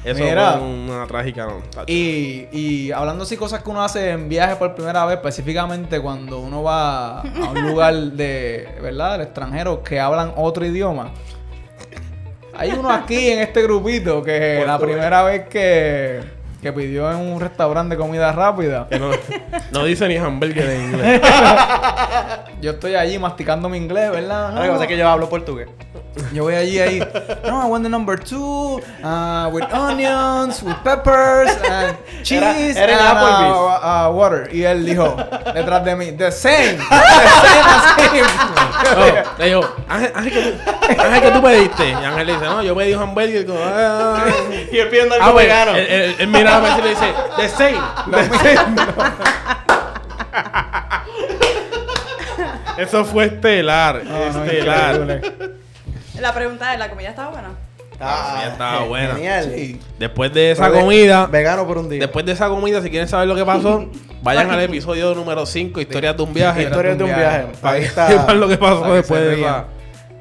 Speaker 1: Eso
Speaker 4: Mira.
Speaker 1: fue una trágica, ¿no? tacho.
Speaker 4: Y, y hablando así cosas que uno hace en viaje por primera vez, específicamente cuando uno va a un lugar de, ¿verdad? Del extranjero que hablan otro idioma. Hay uno aquí en este grupito que la primera vez que, que pidió en un restaurante de comida rápida,
Speaker 1: Que no, no dice ni hamburger en inglés.
Speaker 4: yo estoy allí masticando mi inglés, ¿verdad?
Speaker 2: Ahora, Lo que pasa es que yo hablo portugués.
Speaker 4: Yo voy allí ahí. No, I want the number two uh, with onions, with peppers and cheese
Speaker 2: Era- era en
Speaker 4: and
Speaker 2: Applebee's.
Speaker 4: uh, uh, water. Y él dijo detrás de mí, the same, the same as him.
Speaker 1: No, le digo, Ángel, Ángel, que tú, Ángel, ¿qué tú pediste? Y Ángel le dice, no, yo pedí un hamburger. Como, ah, ah,
Speaker 2: Y él pidiendo
Speaker 1: ah,
Speaker 2: algo
Speaker 1: pues,
Speaker 2: vegano.
Speaker 1: Él, él, él mira a veces y le dice, the same. the same". Eso fue estelar,
Speaker 4: no,
Speaker 2: Este,
Speaker 1: estelar.
Speaker 4: increíble.
Speaker 3: La pregunta es, ¿la comida estaba buena?
Speaker 1: ya Ah, estaba
Speaker 2: gen-
Speaker 1: buena.
Speaker 2: ah, eh, Genial.
Speaker 4: Sí.
Speaker 1: Después de esa
Speaker 2: Pero ve-
Speaker 1: comida,
Speaker 2: Vegano por un día.
Speaker 1: después de esa comida, si quieren saber lo que pasó, vayan al episodio número 5, historias de un viaje.
Speaker 2: Historias de un viaje. Ahí
Speaker 1: Para
Speaker 2: está.
Speaker 1: que sepan lo que
Speaker 4: para
Speaker 1: pasó
Speaker 4: que
Speaker 1: después
Speaker 4: se
Speaker 1: de
Speaker 4: rían.
Speaker 1: esa.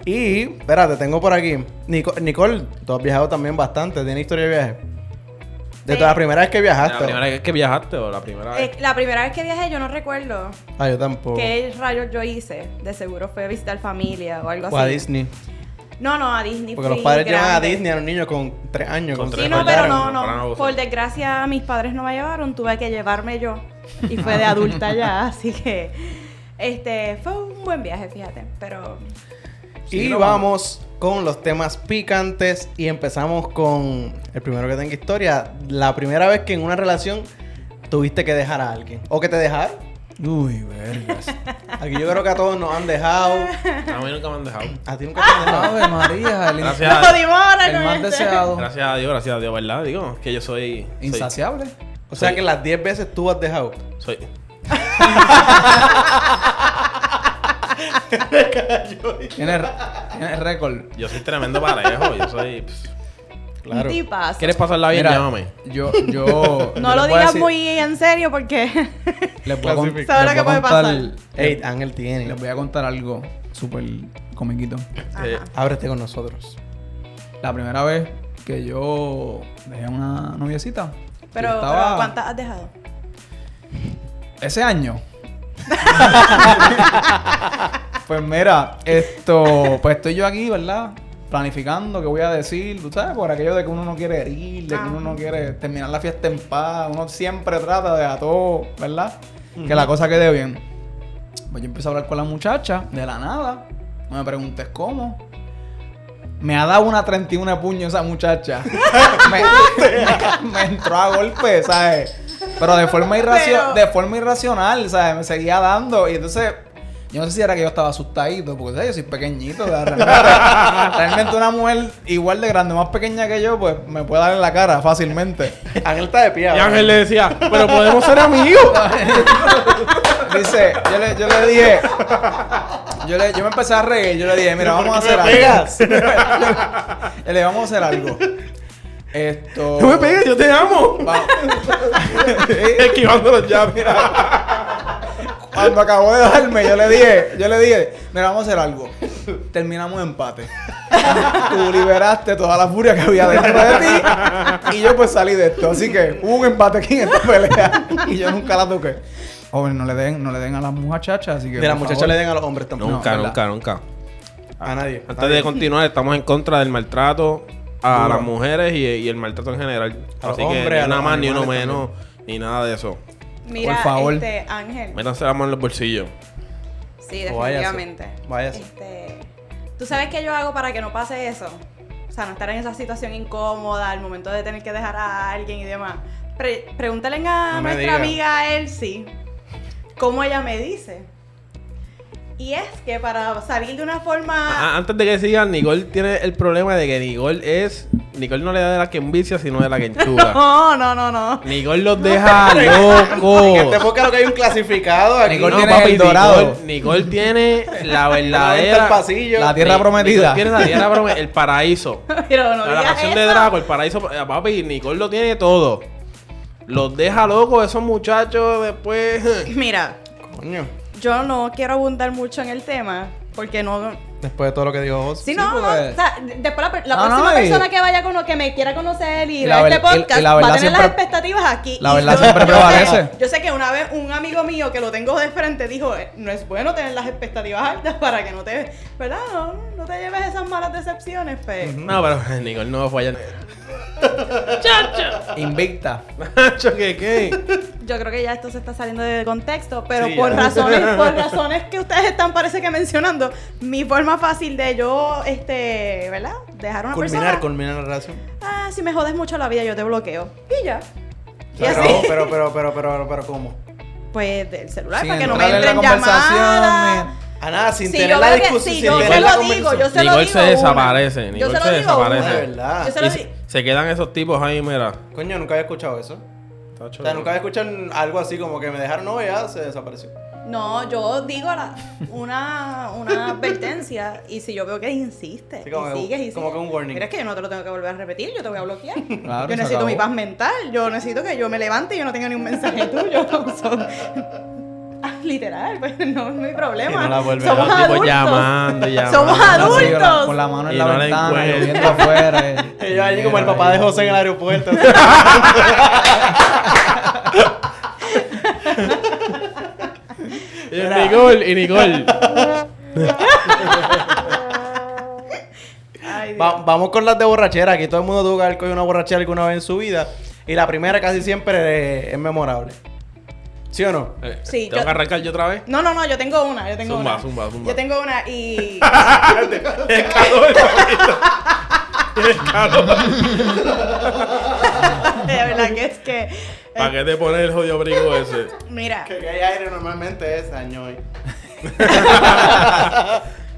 Speaker 2: Y, espérate, tengo por aquí. Nico- Nicole, tú has viajado también bastante. ¿Tienes historia de viaje? De
Speaker 3: Sí.
Speaker 2: la primera vez que
Speaker 1: ¿La
Speaker 2: viajaste.
Speaker 1: primera vez que viajaste o la primera vez?
Speaker 3: Eh, la primera vez que viajé yo no recuerdo
Speaker 2: Ah, yo tampoco.
Speaker 3: qué rayos yo hice. De seguro fue visitar familia o algo así.
Speaker 2: O a Disney.
Speaker 3: No, no, a Disney.
Speaker 2: Porque
Speaker 3: fui
Speaker 2: los padres llevan a
Speaker 3: grande.
Speaker 2: Disney a los niños con tres años.
Speaker 1: Con
Speaker 2: con
Speaker 1: tres
Speaker 2: seis
Speaker 3: Sí,
Speaker 1: años.
Speaker 3: no, pero
Speaker 2: años.
Speaker 3: no,
Speaker 1: Para no
Speaker 3: no.
Speaker 1: abusar.
Speaker 3: Por desgracia, mis padres no me llevaron, tuve que llevarme yo. Y fue de adulta ya, así que. Este, fue un buen viaje, fíjate. Pero.
Speaker 2: Y vamos con los temas picantes y empezamos con el primero que tenga historia. La primera vez que en una relación tuviste que dejar a alguien. O que te dejaron.
Speaker 4: Uy, vergas.
Speaker 2: Aquí yo creo que a todos nos han dejado.
Speaker 1: A mí nunca me han dejado.
Speaker 2: A ti nunca te
Speaker 4: Ah,
Speaker 2: han dejado.
Speaker 4: Ave María, el,
Speaker 1: Gracias.
Speaker 3: Lo dimos ahora
Speaker 4: el
Speaker 3: con
Speaker 4: más
Speaker 3: este.
Speaker 4: deseado.
Speaker 1: Gracias a Dios, gracias a Dios, ¿verdad? Digo, que yo soy. soy-
Speaker 4: Insaciable.
Speaker 2: O sea
Speaker 1: Sí.
Speaker 2: que las 10 veces tú has dejado.
Speaker 1: Soy.
Speaker 4: Tiene, tiene récord.
Speaker 1: yo soy tremendo parejo. Yo soy. pss.
Speaker 3: Un tipazo.
Speaker 1: ¿Quieres pasarla bien?
Speaker 4: Mira,
Speaker 1: Llámame.
Speaker 4: Yo, yo.
Speaker 3: No lo
Speaker 4: yo les voy a
Speaker 3: digas
Speaker 4: decir-
Speaker 3: muy en serio porque.
Speaker 4: Les voy a, con- les
Speaker 2: Clasifica.
Speaker 3: Sabrá
Speaker 4: voy a
Speaker 3: qué puede
Speaker 4: contar.
Speaker 2: Pasar. Ey, Ángel tiene.
Speaker 4: Les voy a contar algo súper comiquito.
Speaker 1: Eh,
Speaker 2: Ábrete con nosotros.
Speaker 4: La primera vez que yo dejé a una noviecita.
Speaker 3: Pero,
Speaker 4: yo
Speaker 3: pero,
Speaker 4: estaba-
Speaker 3: ¿cuántas has dejado?
Speaker 4: Ese año. pues mira, esto. Pues estoy yo aquí, ¿verdad? Planificando qué voy a decir, tú sabes, por aquello de que uno no quiere herir, de que uno
Speaker 3: Ah.
Speaker 4: no quiere terminar la fiesta en paz, uno siempre trata de a todo, ¿verdad? Que la cosa quede bien. Pues yo empecé a hablar con la muchacha, de la nada, no me preguntes cómo. Me ha dado una 31 de puño esa muchacha. me, me- me entró a golpe, ¿sabes? Pero de forma, irracio-
Speaker 3: Pero-
Speaker 4: de forma irracional, ¿sabes? Me seguía dando. Y entonces, yo no sé si era que yo estaba asustadito, porque ¿sabes? yo soy pequeñito. de repente, realmente una mujer igual de grande, más pequeña que yo, pues me puede dar en la cara fácilmente.
Speaker 2: Ángel está de pie.
Speaker 1: y
Speaker 2: ahora.
Speaker 1: Ángel le decía, pero podemos ser amigos.
Speaker 4: Dice, yo le, yo le dije, yo, le, yo me empecé a reír, yo le dije, mira, vamos a
Speaker 2: ¿Por qué
Speaker 4: hacer
Speaker 2: me
Speaker 4: algo.
Speaker 2: pegas?
Speaker 4: Yo le dije, vamos a hacer algo. Esto.
Speaker 1: No me pegues, yo te amo.
Speaker 4: Va-
Speaker 1: Esquivando los jabs.
Speaker 4: Cuando acabó de darme, yo le dije, yo le dije, mira, vamos a hacer algo. Terminamos empate. Tú liberaste toda la furia que había dentro de ti. Y yo pues salí de esto. Así que hubo un empate aquí en esta pelea. Y yo nunca la toqué. Joven, no le den, no le den a las muchachas, así que.
Speaker 2: De las
Speaker 4: por
Speaker 2: muchachas
Speaker 4: favor.
Speaker 2: le den a los hombres tampoco.
Speaker 1: Nunca,
Speaker 4: ¿verdad?
Speaker 1: nunca, nunca.
Speaker 2: A nadie.
Speaker 1: Antes de continuar, estamos en contra del maltrato a las mujeres y, y el maltrato en general.
Speaker 2: A los
Speaker 1: Así que
Speaker 2: hombres, a
Speaker 1: ni nada
Speaker 2: los
Speaker 1: más, ni uno
Speaker 2: animales
Speaker 1: menos, ni nada de eso.
Speaker 3: Mira,
Speaker 4: Por favor.
Speaker 3: este Ángel.
Speaker 1: Métanse la mano en los bolsillos.
Speaker 3: Sí,
Speaker 2: O váyase.
Speaker 3: definitivamente.
Speaker 2: Váyase.
Speaker 3: Este, ¿Tú sabes qué yo hago para que no pase eso? O sea, no estar en esa situación incómoda al momento de tener que dejar a alguien y demás. Pre- pregúntale a
Speaker 2: No me
Speaker 3: nuestra
Speaker 2: diga.
Speaker 3: amiga Elsie cómo ella me dice. Y es que para salir de una forma...
Speaker 1: Ah, antes de que sigan, Nicole tiene el problema de que Nicole es. Nicole no le da de la que envicia, sino de la que enchuga.
Speaker 3: No, no, no, no.
Speaker 1: Nicole los deja
Speaker 2: En este
Speaker 1: locos.
Speaker 2: podcast lo que hay un clasificado aquí.
Speaker 4: Nicole
Speaker 2: No,
Speaker 4: tiene el dorado.
Speaker 1: Nicole, Nicole tiene la
Speaker 2: la venta al
Speaker 1: verdadera.
Speaker 2: pasillo.
Speaker 4: La tierra
Speaker 1: Ni-
Speaker 4: prometida.
Speaker 1: Nicole tiene la tierra prometida, el paraíso.
Speaker 3: Pero no
Speaker 1: O sea, la
Speaker 3: digas
Speaker 1: canción de
Speaker 3: eso.
Speaker 1: Draco, el paraíso, eh, papi, Nicole lo tiene todo. Los deja locos esos muchachos después.
Speaker 3: Mira,
Speaker 2: Coño.
Speaker 3: yo no quiero abundar mucho en el tema porque no,
Speaker 2: Después de todo lo que dijo vos.
Speaker 3: Sí, pues, no,
Speaker 4: porque-
Speaker 3: no. O sea, de- después la, per- la
Speaker 4: No,
Speaker 3: próxima
Speaker 4: no, y-
Speaker 3: persona que vaya con lo que me quiera conocer y,
Speaker 4: Y
Speaker 3: ver
Speaker 4: la
Speaker 3: este
Speaker 4: verdad- y-
Speaker 3: podcast
Speaker 4: y la
Speaker 3: va a
Speaker 4: verdad
Speaker 3: tener las
Speaker 4: siempre-
Speaker 3: expectativas aquí.
Speaker 4: la
Speaker 3: Y
Speaker 4: verdad
Speaker 3: yo- yo
Speaker 4: siempre
Speaker 3: sé-
Speaker 4: prevalece.
Speaker 3: Yo sé que una vez un amigo mío que lo tengo de frente dijo, "Eh, no es bueno tener las expectativas altas para que no te, ¿verdad? No, no te lleves esas malas decepciones, pues, pero
Speaker 1: No, pero eh, Nicole no va a fallar.
Speaker 4: Invicta.
Speaker 1: Nacho, ¿qué qué?
Speaker 3: yo creo que ya esto se está saliendo de contexto, pero
Speaker 2: Sí,
Speaker 3: por
Speaker 2: ya.
Speaker 3: razones, por razones que ustedes están parece que mencionando, mi forma fácil de yo, este, ¿verdad? Dejar a una persona.
Speaker 2: Culminar, culminar la relación.
Speaker 3: Ah, si me jodes mucho la vida, yo te bloqueo. Y ya. Y
Speaker 2: Pero,
Speaker 3: así.
Speaker 2: pero, pero, pero, pero, pero, ¿cómo?
Speaker 3: Pues del celular,
Speaker 4: Sin
Speaker 3: para que no me
Speaker 4: entrar en la
Speaker 3: entren
Speaker 4: conversación,
Speaker 3: llamadas.
Speaker 2: A Ah, nada, sin
Speaker 3: Si
Speaker 2: tener
Speaker 3: yo
Speaker 2: la
Speaker 3: veo que-
Speaker 2: discusión.
Speaker 3: si
Speaker 2: sin
Speaker 3: yo
Speaker 2: tener
Speaker 3: se
Speaker 2: la
Speaker 3: lo digo, yo
Speaker 2: conversación.
Speaker 3: se lo digo.
Speaker 1: Nicole se
Speaker 3: una.
Speaker 1: desaparece, Nicole
Speaker 3: yo se
Speaker 1: se
Speaker 3: lo digo una.
Speaker 1: desaparece.
Speaker 2: De verdad.
Speaker 3: Yo se
Speaker 1: Y
Speaker 3: lo
Speaker 1: se,
Speaker 3: digo.
Speaker 1: se quedan esos tipos ahí, mira.
Speaker 2: Coño, nunca había escuchado eso.
Speaker 1: Tacho,
Speaker 2: O sea, nunca había escuchado algo así como que me dejaron no ya se desapareció.
Speaker 3: No, yo digo la- una, una advertencia y si yo veo que insiste
Speaker 2: Sí, como
Speaker 3: y
Speaker 2: que-
Speaker 3: sigues y
Speaker 2: como
Speaker 3: sigues,
Speaker 2: que un warning.
Speaker 3: Mira, es que yo no te lo tengo que volver a repetir, yo te voy a bloquear.
Speaker 4: Claro,
Speaker 3: yo
Speaker 4: Ah, se
Speaker 3: necesito mi
Speaker 4: acabó.
Speaker 3: paz mental, yo necesito que yo me levante y yo no tenga ni un mensaje tuyo. So, ah, literal, pues no es mi problema.
Speaker 2: Y no la vuelves a-
Speaker 3: Somos
Speaker 1: Los tipos
Speaker 3: adultos.
Speaker 1: llamando, llamando.
Speaker 3: Somos
Speaker 4: Así,
Speaker 3: adultos.
Speaker 4: con la- con la mano en
Speaker 1: Y
Speaker 4: la
Speaker 1: no la
Speaker 4: ventana,
Speaker 1: encuentro.
Speaker 4: lloviendo afuera. eh.
Speaker 2: Y yo allí como el
Speaker 4: Mira,
Speaker 2: papá de
Speaker 4: ahí.
Speaker 2: José en el aeropuerto.
Speaker 1: Y Nicole, y Nicole.
Speaker 3: Ay, Dios.
Speaker 2: Va- vamos con las de borrachera. Aquí todo el mundo tuvo que haber cogido una borrachera alguna vez en su vida. Y la primera casi siempre es, es memorable. ¿Sí o no?
Speaker 1: Eh,
Speaker 3: Sí,
Speaker 1: ¿Tengo
Speaker 3: yo-
Speaker 1: que arrancar yo otra vez?
Speaker 3: No, no, no, yo tengo una, yo tengo
Speaker 1: Zumba,
Speaker 3: una.
Speaker 1: zumba, zumba.
Speaker 3: Yo tengo una y
Speaker 1: Tienes calor, papito. Tienes calor.
Speaker 3: de verdad que es que eh,
Speaker 1: ¿Para qué te pones el jodido abrigo ese?
Speaker 3: mira,
Speaker 2: Que, hay aire normalmente es año hoy.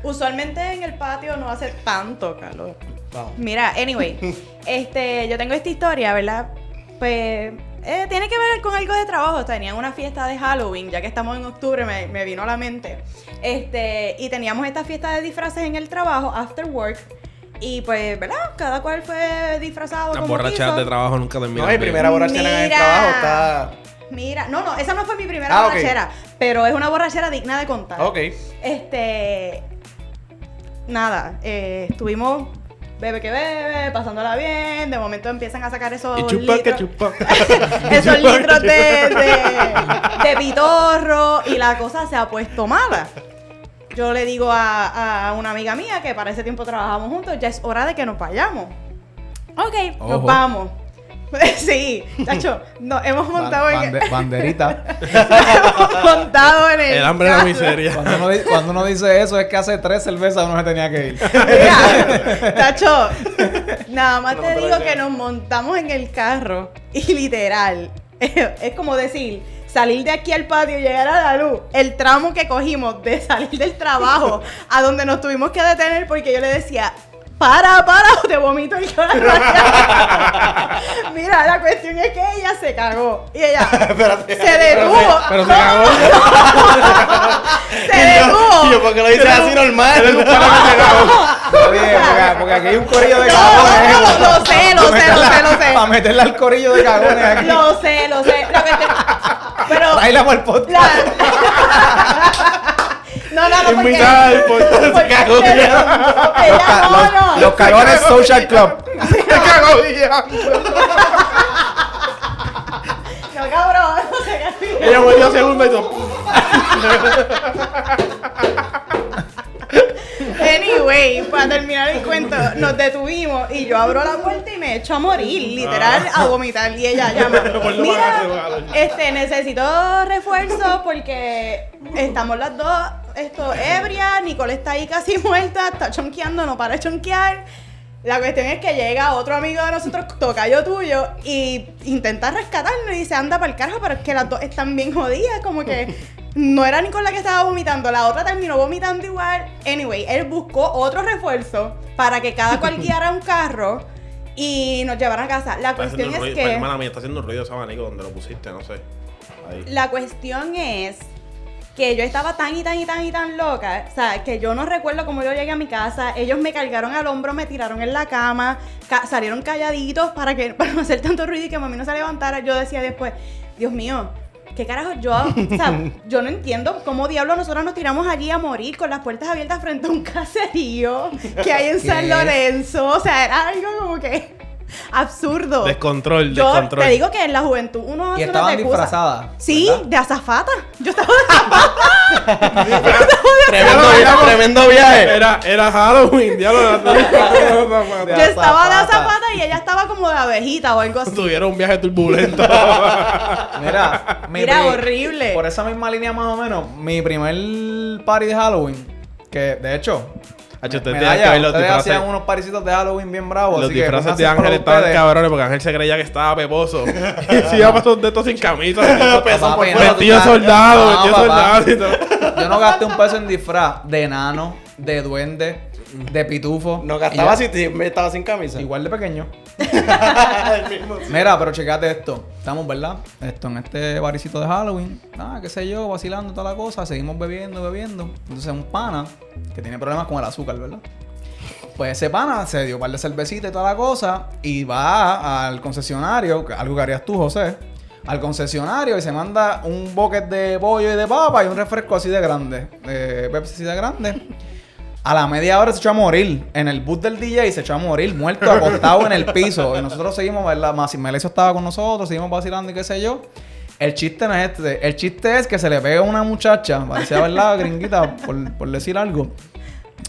Speaker 3: usualmente en el patio no hace tanto calor.
Speaker 2: Vamos.
Speaker 3: Mira, anyway, este, yo tengo esta historia, ¿verdad? Pues eh, tiene que ver con algo de trabajo. Tenían una fiesta de Halloween, ya que estamos en octubre, me, me vino a la mente. Este, y teníamos esta fiesta de disfraces en el trabajo, after work. Y pues, ¿verdad? Cada cual fue disfrazado
Speaker 1: Las
Speaker 3: como quiso.
Speaker 1: borrachas de trabajo nunca terminan.
Speaker 2: No, y
Speaker 1: bien.
Speaker 2: primera borrachera en el
Speaker 3: Mira.
Speaker 2: trabajo está.
Speaker 3: Mira, no, no, esa no fue mi primera
Speaker 2: Ah, ok.
Speaker 3: borrachera, pero es una borrachera digna de contar.
Speaker 2: Ok.
Speaker 3: Este. Nada, eh, estuvimos bebe que bebe, pasándola bien, de momento empiezan a sacar esos.
Speaker 1: Y chupa que
Speaker 3: litros-
Speaker 1: chupa.
Speaker 3: esos litros de, de, de pitorro y la cosa se ha puesto mala. Yo le digo a, a una amiga mía que para ese tiempo trabajábamos juntos, ya es hora de que nos vayamos. Ok, nos
Speaker 4: Ojo.
Speaker 3: vamos. sí, chacho, nos hemos montado
Speaker 4: Ban-
Speaker 3: en,
Speaker 4: bande- Banderita.
Speaker 3: hemos montado en el.
Speaker 1: El hambre de la
Speaker 3: carro.
Speaker 1: miseria.
Speaker 4: Cuando uno, di- cuando uno dice eso es que hace tres cervezas uno se tenía que ir.
Speaker 3: Mira, chacho, nada más
Speaker 2: No,
Speaker 3: te
Speaker 2: no te
Speaker 3: digo
Speaker 2: lo
Speaker 3: que
Speaker 2: creo.
Speaker 3: nos montamos en el carro y literal, es como decir, salir de aquí al patio y llegar a la luz, el tramo que cogimos de salir del trabajo a donde nos tuvimos que detener porque yo le decía... Para, para, o te vomito el carro. Mira, la cuestión es que ella se cagó. Y ella
Speaker 2: Espérate.
Speaker 3: se detuvo.
Speaker 1: Pero se cagó.
Speaker 3: se detuvo.
Speaker 2: Y yo, porque lo dices así normal.
Speaker 1: Eres un pana que se cagó.
Speaker 4: Oye, porque, porque aquí hay un corillo de
Speaker 3: No,
Speaker 4: cagones. ¿eh?
Speaker 3: no, no, lo sé, lo sé, lo sé, lo sé.
Speaker 4: Para meterle al corillo de cagones aquí.
Speaker 3: Lo sé, lo sé. Lo que te- Pero.
Speaker 4: Bailamos el podcast.
Speaker 3: la- No, no, no, porque.
Speaker 1: Invitada del podcast, pues, se
Speaker 3: porque-
Speaker 1: cagó
Speaker 3: Ella
Speaker 4: Los-
Speaker 3: no, no.
Speaker 4: Los cagones Social Club.
Speaker 1: Se cagó Guillermo.
Speaker 3: No, cabrón. no sé qué-
Speaker 1: Ella murió segunda y todo.
Speaker 3: Anyway, para terminar el cuento, nos detuvimos y yo abro la puerta y me echo a morir, literal, a vomitar. Y ella llama, mira, este, necesito refuerzo porque estamos las dos, esto, ebria, Nicole está ahí casi muerta, está chonqueando, no para de chonquear. La cuestión es que llega otro amigo de nosotros, tocayo tuyo, y intenta rescatarnos y dice, anda para el carajo, pero es que las dos están bien jodidas, como que no era ni con la que estaba vomitando, la otra terminó vomitando igual. Anyway, él buscó otro refuerzo para que cada cual guiara un carro y nos llevara a casa. La
Speaker 1: Está
Speaker 3: cuestión
Speaker 1: haciendo
Speaker 3: es
Speaker 1: ruido.
Speaker 3: que...
Speaker 1: Hermana mía, está haciendo un ruido ese abanico donde lo pusiste, no sé. Ahí.
Speaker 3: La cuestión es que yo estaba tan y tan y tan y tan loca, o sea, que yo no recuerdo cómo yo llegué a mi casa, ellos me cargaron al hombro, me tiraron en la cama, ca- salieron calladitos para, que, para no hacer tanto ruido y que mami no se levantara, yo decía después, Dios mío, ¿qué carajo? Yo, o sea, yo no entiendo cómo diablos nosotros nos tiramos allí a morir con las puertas abiertas frente a un caserío que hay en San Lorenzo, o sea, era algo como que absurdo.
Speaker 1: Descontrol,
Speaker 3: Yo
Speaker 1: descontrol.
Speaker 3: te digo que en la juventud uno hace
Speaker 4: Y
Speaker 3: unas
Speaker 4: estaban
Speaker 3: excusas.
Speaker 4: disfrazadas.
Speaker 3: Sí,
Speaker 4: ¿verdad?
Speaker 3: de azafata. Yo estaba
Speaker 2: Tremendo viaje, tremendo viaje.
Speaker 1: Era, era Halloween, diablo.
Speaker 4: De
Speaker 3: yo estaba de
Speaker 4: azafata.
Speaker 3: azafata y ella estaba como de abejita o algo así.
Speaker 1: Tuvieron un viaje turbulento.
Speaker 4: Mira, mi
Speaker 3: Mira,
Speaker 4: pri-
Speaker 3: horrible.
Speaker 4: Por esa misma línea más o menos, mi primer party de Halloween, que de hecho,
Speaker 1: Hacho, ustedes tienen
Speaker 4: me- medalla,
Speaker 1: que ver los
Speaker 4: ustedes
Speaker 1: disfraces.
Speaker 4: hacían unos parisitos de Halloween bien bravos.
Speaker 1: Los
Speaker 4: así que
Speaker 1: disfraces
Speaker 4: pónganse
Speaker 1: de
Speaker 4: por
Speaker 1: Ángel estaban
Speaker 4: ustedes.
Speaker 1: cabrones porque Ángel se creía que estaba peposo. y si iba pasando de estos sin camisa. haciendo
Speaker 4: Papá,
Speaker 1: peso.
Speaker 4: pero tú
Speaker 1: Vestido
Speaker 4: sabes-
Speaker 1: soldado,
Speaker 4: No,
Speaker 1: vestido
Speaker 4: papá.
Speaker 1: soldado y todo.
Speaker 4: Yo no gasté un peso en disfraz de enano, de duende, de pitufo.
Speaker 2: No
Speaker 4: Y yo-
Speaker 2: gastaba si te- me estaba sin camisa.
Speaker 4: Igual de pequeño.
Speaker 2: El mismo.
Speaker 4: Mira, pero checate esto. Estamos, ¿verdad? Esto en este baricito de Halloween. Ah, qué sé yo, vacilando toda la cosa. Seguimos bebiendo, bebiendo. Entonces un pana que tiene problemas con el azúcar, ¿verdad? Pues ese pana se dio un par de cervecitas y toda la cosa. Y va al concesionario, que- algo que harías tú, José. Al concesionario y se manda un bucket de pollo y de papa y un refresco así de grande. Eh, Pepsi así de grande. A la media hora se echó a morir. En el bus del DJ se echó a morir, muerto, acostado en el piso. Y nosotros seguimos, ¿verdad? Más Melesio estaba con nosotros, seguimos vacilando y qué sé yo. El chiste no es este. El chiste es que se le pega una muchacha, parecía, ¿verdad? Gringuita, por, por decir algo.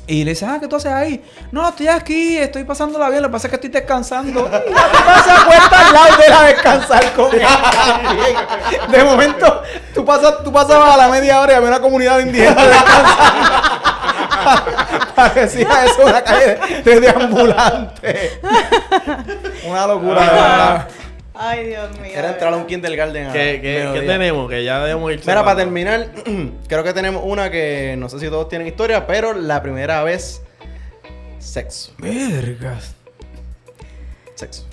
Speaker 4: Y le dice, ah, ¿qué tú haces ahí? No, estoy aquí, estoy pasándola bien, lo que pasa es que estoy descansando. Y la tipa se acuesta al lado de la descansar con él. De momento, tú, pasas, tú pasabas a la media hora y había una comunidad de indígenas descansando. Parecía eso una calle de, de ambulante. Una locura, de verdad.
Speaker 3: Ay, Dios mío.
Speaker 2: Era entrar a un kindergarten. a-
Speaker 1: ¿Qué, qué,
Speaker 2: mediodía.
Speaker 1: ¿Qué tenemos? Que ya debemos ir.
Speaker 2: Mira, para
Speaker 1: cerrando.
Speaker 2: terminar, creo que tenemos una que no sé si todos tienen historia, pero la primera vez, sexo.
Speaker 4: Vergas.
Speaker 2: Sexo.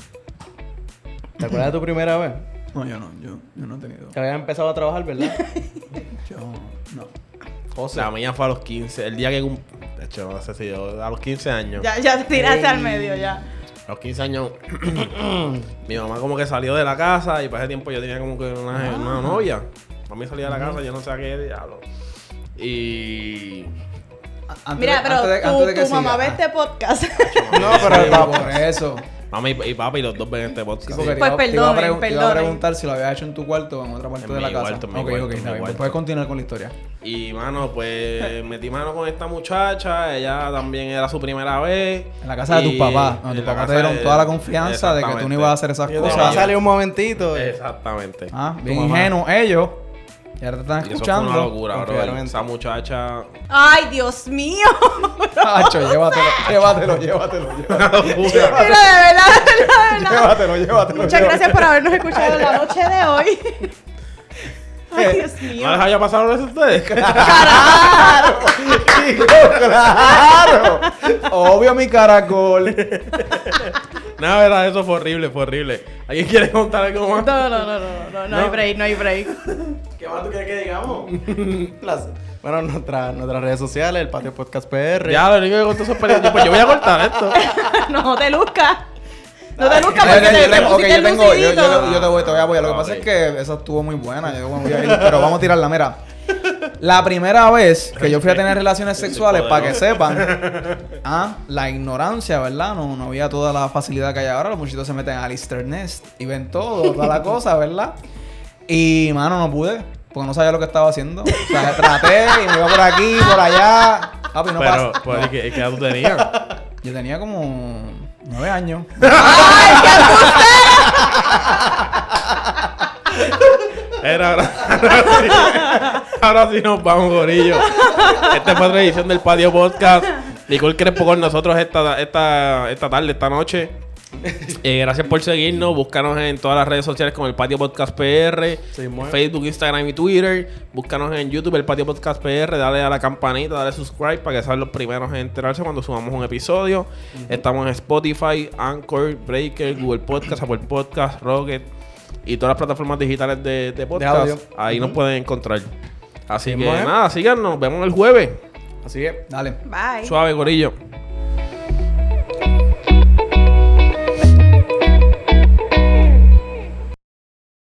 Speaker 2: ¿Te acuerdas de tu primera vez?
Speaker 4: No, yo no, yo, yo no he tenido.
Speaker 2: Que habías empezado a trabajar, ¿verdad?
Speaker 4: Yo no.
Speaker 2: José.
Speaker 1: La mía fue a los 15. El día que. cum- De hecho, no sé si yo. A los 15 años.
Speaker 3: Ya, ya te tiraste al medio, ya.
Speaker 1: A los 15 años. mi mamá como que salió de la casa y para ese tiempo yo tenía como que una, una novia. Mami salía de la casa, yo no sé a qué diablo. Y.
Speaker 4: Antes
Speaker 3: Mira,
Speaker 4: de-
Speaker 3: pero
Speaker 4: antes de-
Speaker 3: tú-
Speaker 4: antes de que
Speaker 3: tu mamá
Speaker 4: siga.
Speaker 3: ve este podcast.
Speaker 2: No, pero
Speaker 4: Sí,
Speaker 2: papá.
Speaker 4: por eso.
Speaker 1: Mami y papi, los dos ven este podcast.
Speaker 4: Sí, porque
Speaker 3: Pues
Speaker 4: te iba- te iba a
Speaker 3: perdonen,
Speaker 4: pregun- te iba a
Speaker 3: perdonen.
Speaker 4: preguntar si lo había hecho en tu cuarto o en otra parte
Speaker 1: En
Speaker 4: de
Speaker 1: mi
Speaker 4: la casa.
Speaker 1: cuarto, en mi
Speaker 4: ok,
Speaker 1: cuarto,
Speaker 4: ok,
Speaker 1: en
Speaker 4: está
Speaker 1: mi
Speaker 4: bien.
Speaker 1: cuarto.
Speaker 4: Puedes continuar con la historia.
Speaker 1: Y mano, pues metí mano con esta muchacha, ella también era su primera vez.
Speaker 4: En la casa de
Speaker 1: Y
Speaker 4: tus papás. No,
Speaker 1: en
Speaker 4: tus
Speaker 1: la
Speaker 4: papás
Speaker 1: casa
Speaker 4: te dieron
Speaker 1: de-
Speaker 4: toda la confianza de que tú no ibas a hacer esas
Speaker 2: Yo te voy a
Speaker 4: cosas.
Speaker 2: salir un momentito.
Speaker 1: Eh, Exactamente.
Speaker 4: Ah,
Speaker 2: Tu
Speaker 4: bien
Speaker 2: mamá.
Speaker 4: ingenuos ellos. Y ahora te están
Speaker 1: Y eso fue
Speaker 4: escuchando.
Speaker 1: una locura,
Speaker 2: Confiaron
Speaker 1: bro.
Speaker 2: en
Speaker 1: Esa
Speaker 2: ti.
Speaker 1: muchacha.
Speaker 3: Ay, Dios mío.
Speaker 4: Hacho, llévatelo, llévatelo, llévatelo, llévatelo,
Speaker 1: Una locura.
Speaker 3: Mira, de verdad, de verdad, de verdad.
Speaker 4: llévatelo, llévatelo.
Speaker 3: Muchas gracias por habernos escuchado la noche de hoy. Ay, Dios mío.
Speaker 1: ¿No les haya pasado eso a ustedes?
Speaker 3: Carajo.
Speaker 4: ¡Claro! Obvio mi caracol.
Speaker 1: Nada, verdad, eso fue horrible, fue horrible. ¿Alguien quiere contar algo más?
Speaker 3: No, no, no, no, no, no, no hay break, no hay break.
Speaker 2: ¿Qué más tú quieres que digamos? Plaza. Bueno, nuestra- nuestras redes sociales, el Patio Podcast PR.
Speaker 1: Ya, lo único que contó es peleas. Pues yo voy a cortar esto.
Speaker 3: no te luzcas. No te luzcas
Speaker 4: Ok,
Speaker 3: porque te,
Speaker 4: yo
Speaker 3: te
Speaker 4: tengo- ok,
Speaker 3: pusiste
Speaker 4: yo tengo- yo-
Speaker 3: lucidito.
Speaker 4: yo- yo te voy, te voy a apoyar. Lo que
Speaker 1: Ah,
Speaker 4: pasa
Speaker 1: ok.
Speaker 4: es que esa estuvo muy buena. Yo voy a ir, pero vamos a tirarla. Mira, la primera vez que yo fui a tener relaciones sexuales, para que sepan, ah, la ignorancia, ¿verdad? No, no había toda la facilidad que hay ahora. Los muchachitos se meten al Easter Nest y ven todo, toda la cosa, ¿verdad? Y, mano, no pude. Porque no sabía lo que estaba haciendo. O sea, traté y me iba por aquí, por allá. Papi, no
Speaker 1: Pero,
Speaker 4: pasa.
Speaker 1: pues,
Speaker 4: No.
Speaker 1: ¿qué, ¿qué edad tú tenías?
Speaker 4: Yo tenía como nueve años.
Speaker 1: Era, ahora, ahora sí, ahora sí nos vamos, gorillo. Esta fue otra edición del Patio Podcast. Nicole Crespo con nosotros esta, esta, esta tarde, esta noche. Eh, gracias por seguirnos. Búscanos en todas las redes sociales como el Patio Podcast PR,
Speaker 2: Sí, mueve.
Speaker 1: Facebook, Instagram y Twitter. Búscanos en YouTube, el Patio Podcast PR. Dale a la campanita, dale subscribe para que sean los primeros en enterarse cuando subamos un episodio. Estamos en Spotify, Anchor, Breaker, Google Podcast, Apple Podcast, Rocket y todas las plataformas digitales de, de podcast.
Speaker 2: audio.
Speaker 1: Ahí nos pueden encontrar. Así
Speaker 2: Sí,
Speaker 1: que
Speaker 2: mueve.
Speaker 1: nada, síganos. Nos vemos el jueves.
Speaker 2: Así que
Speaker 4: Dale.
Speaker 3: Bye.
Speaker 1: Suave, gorillo.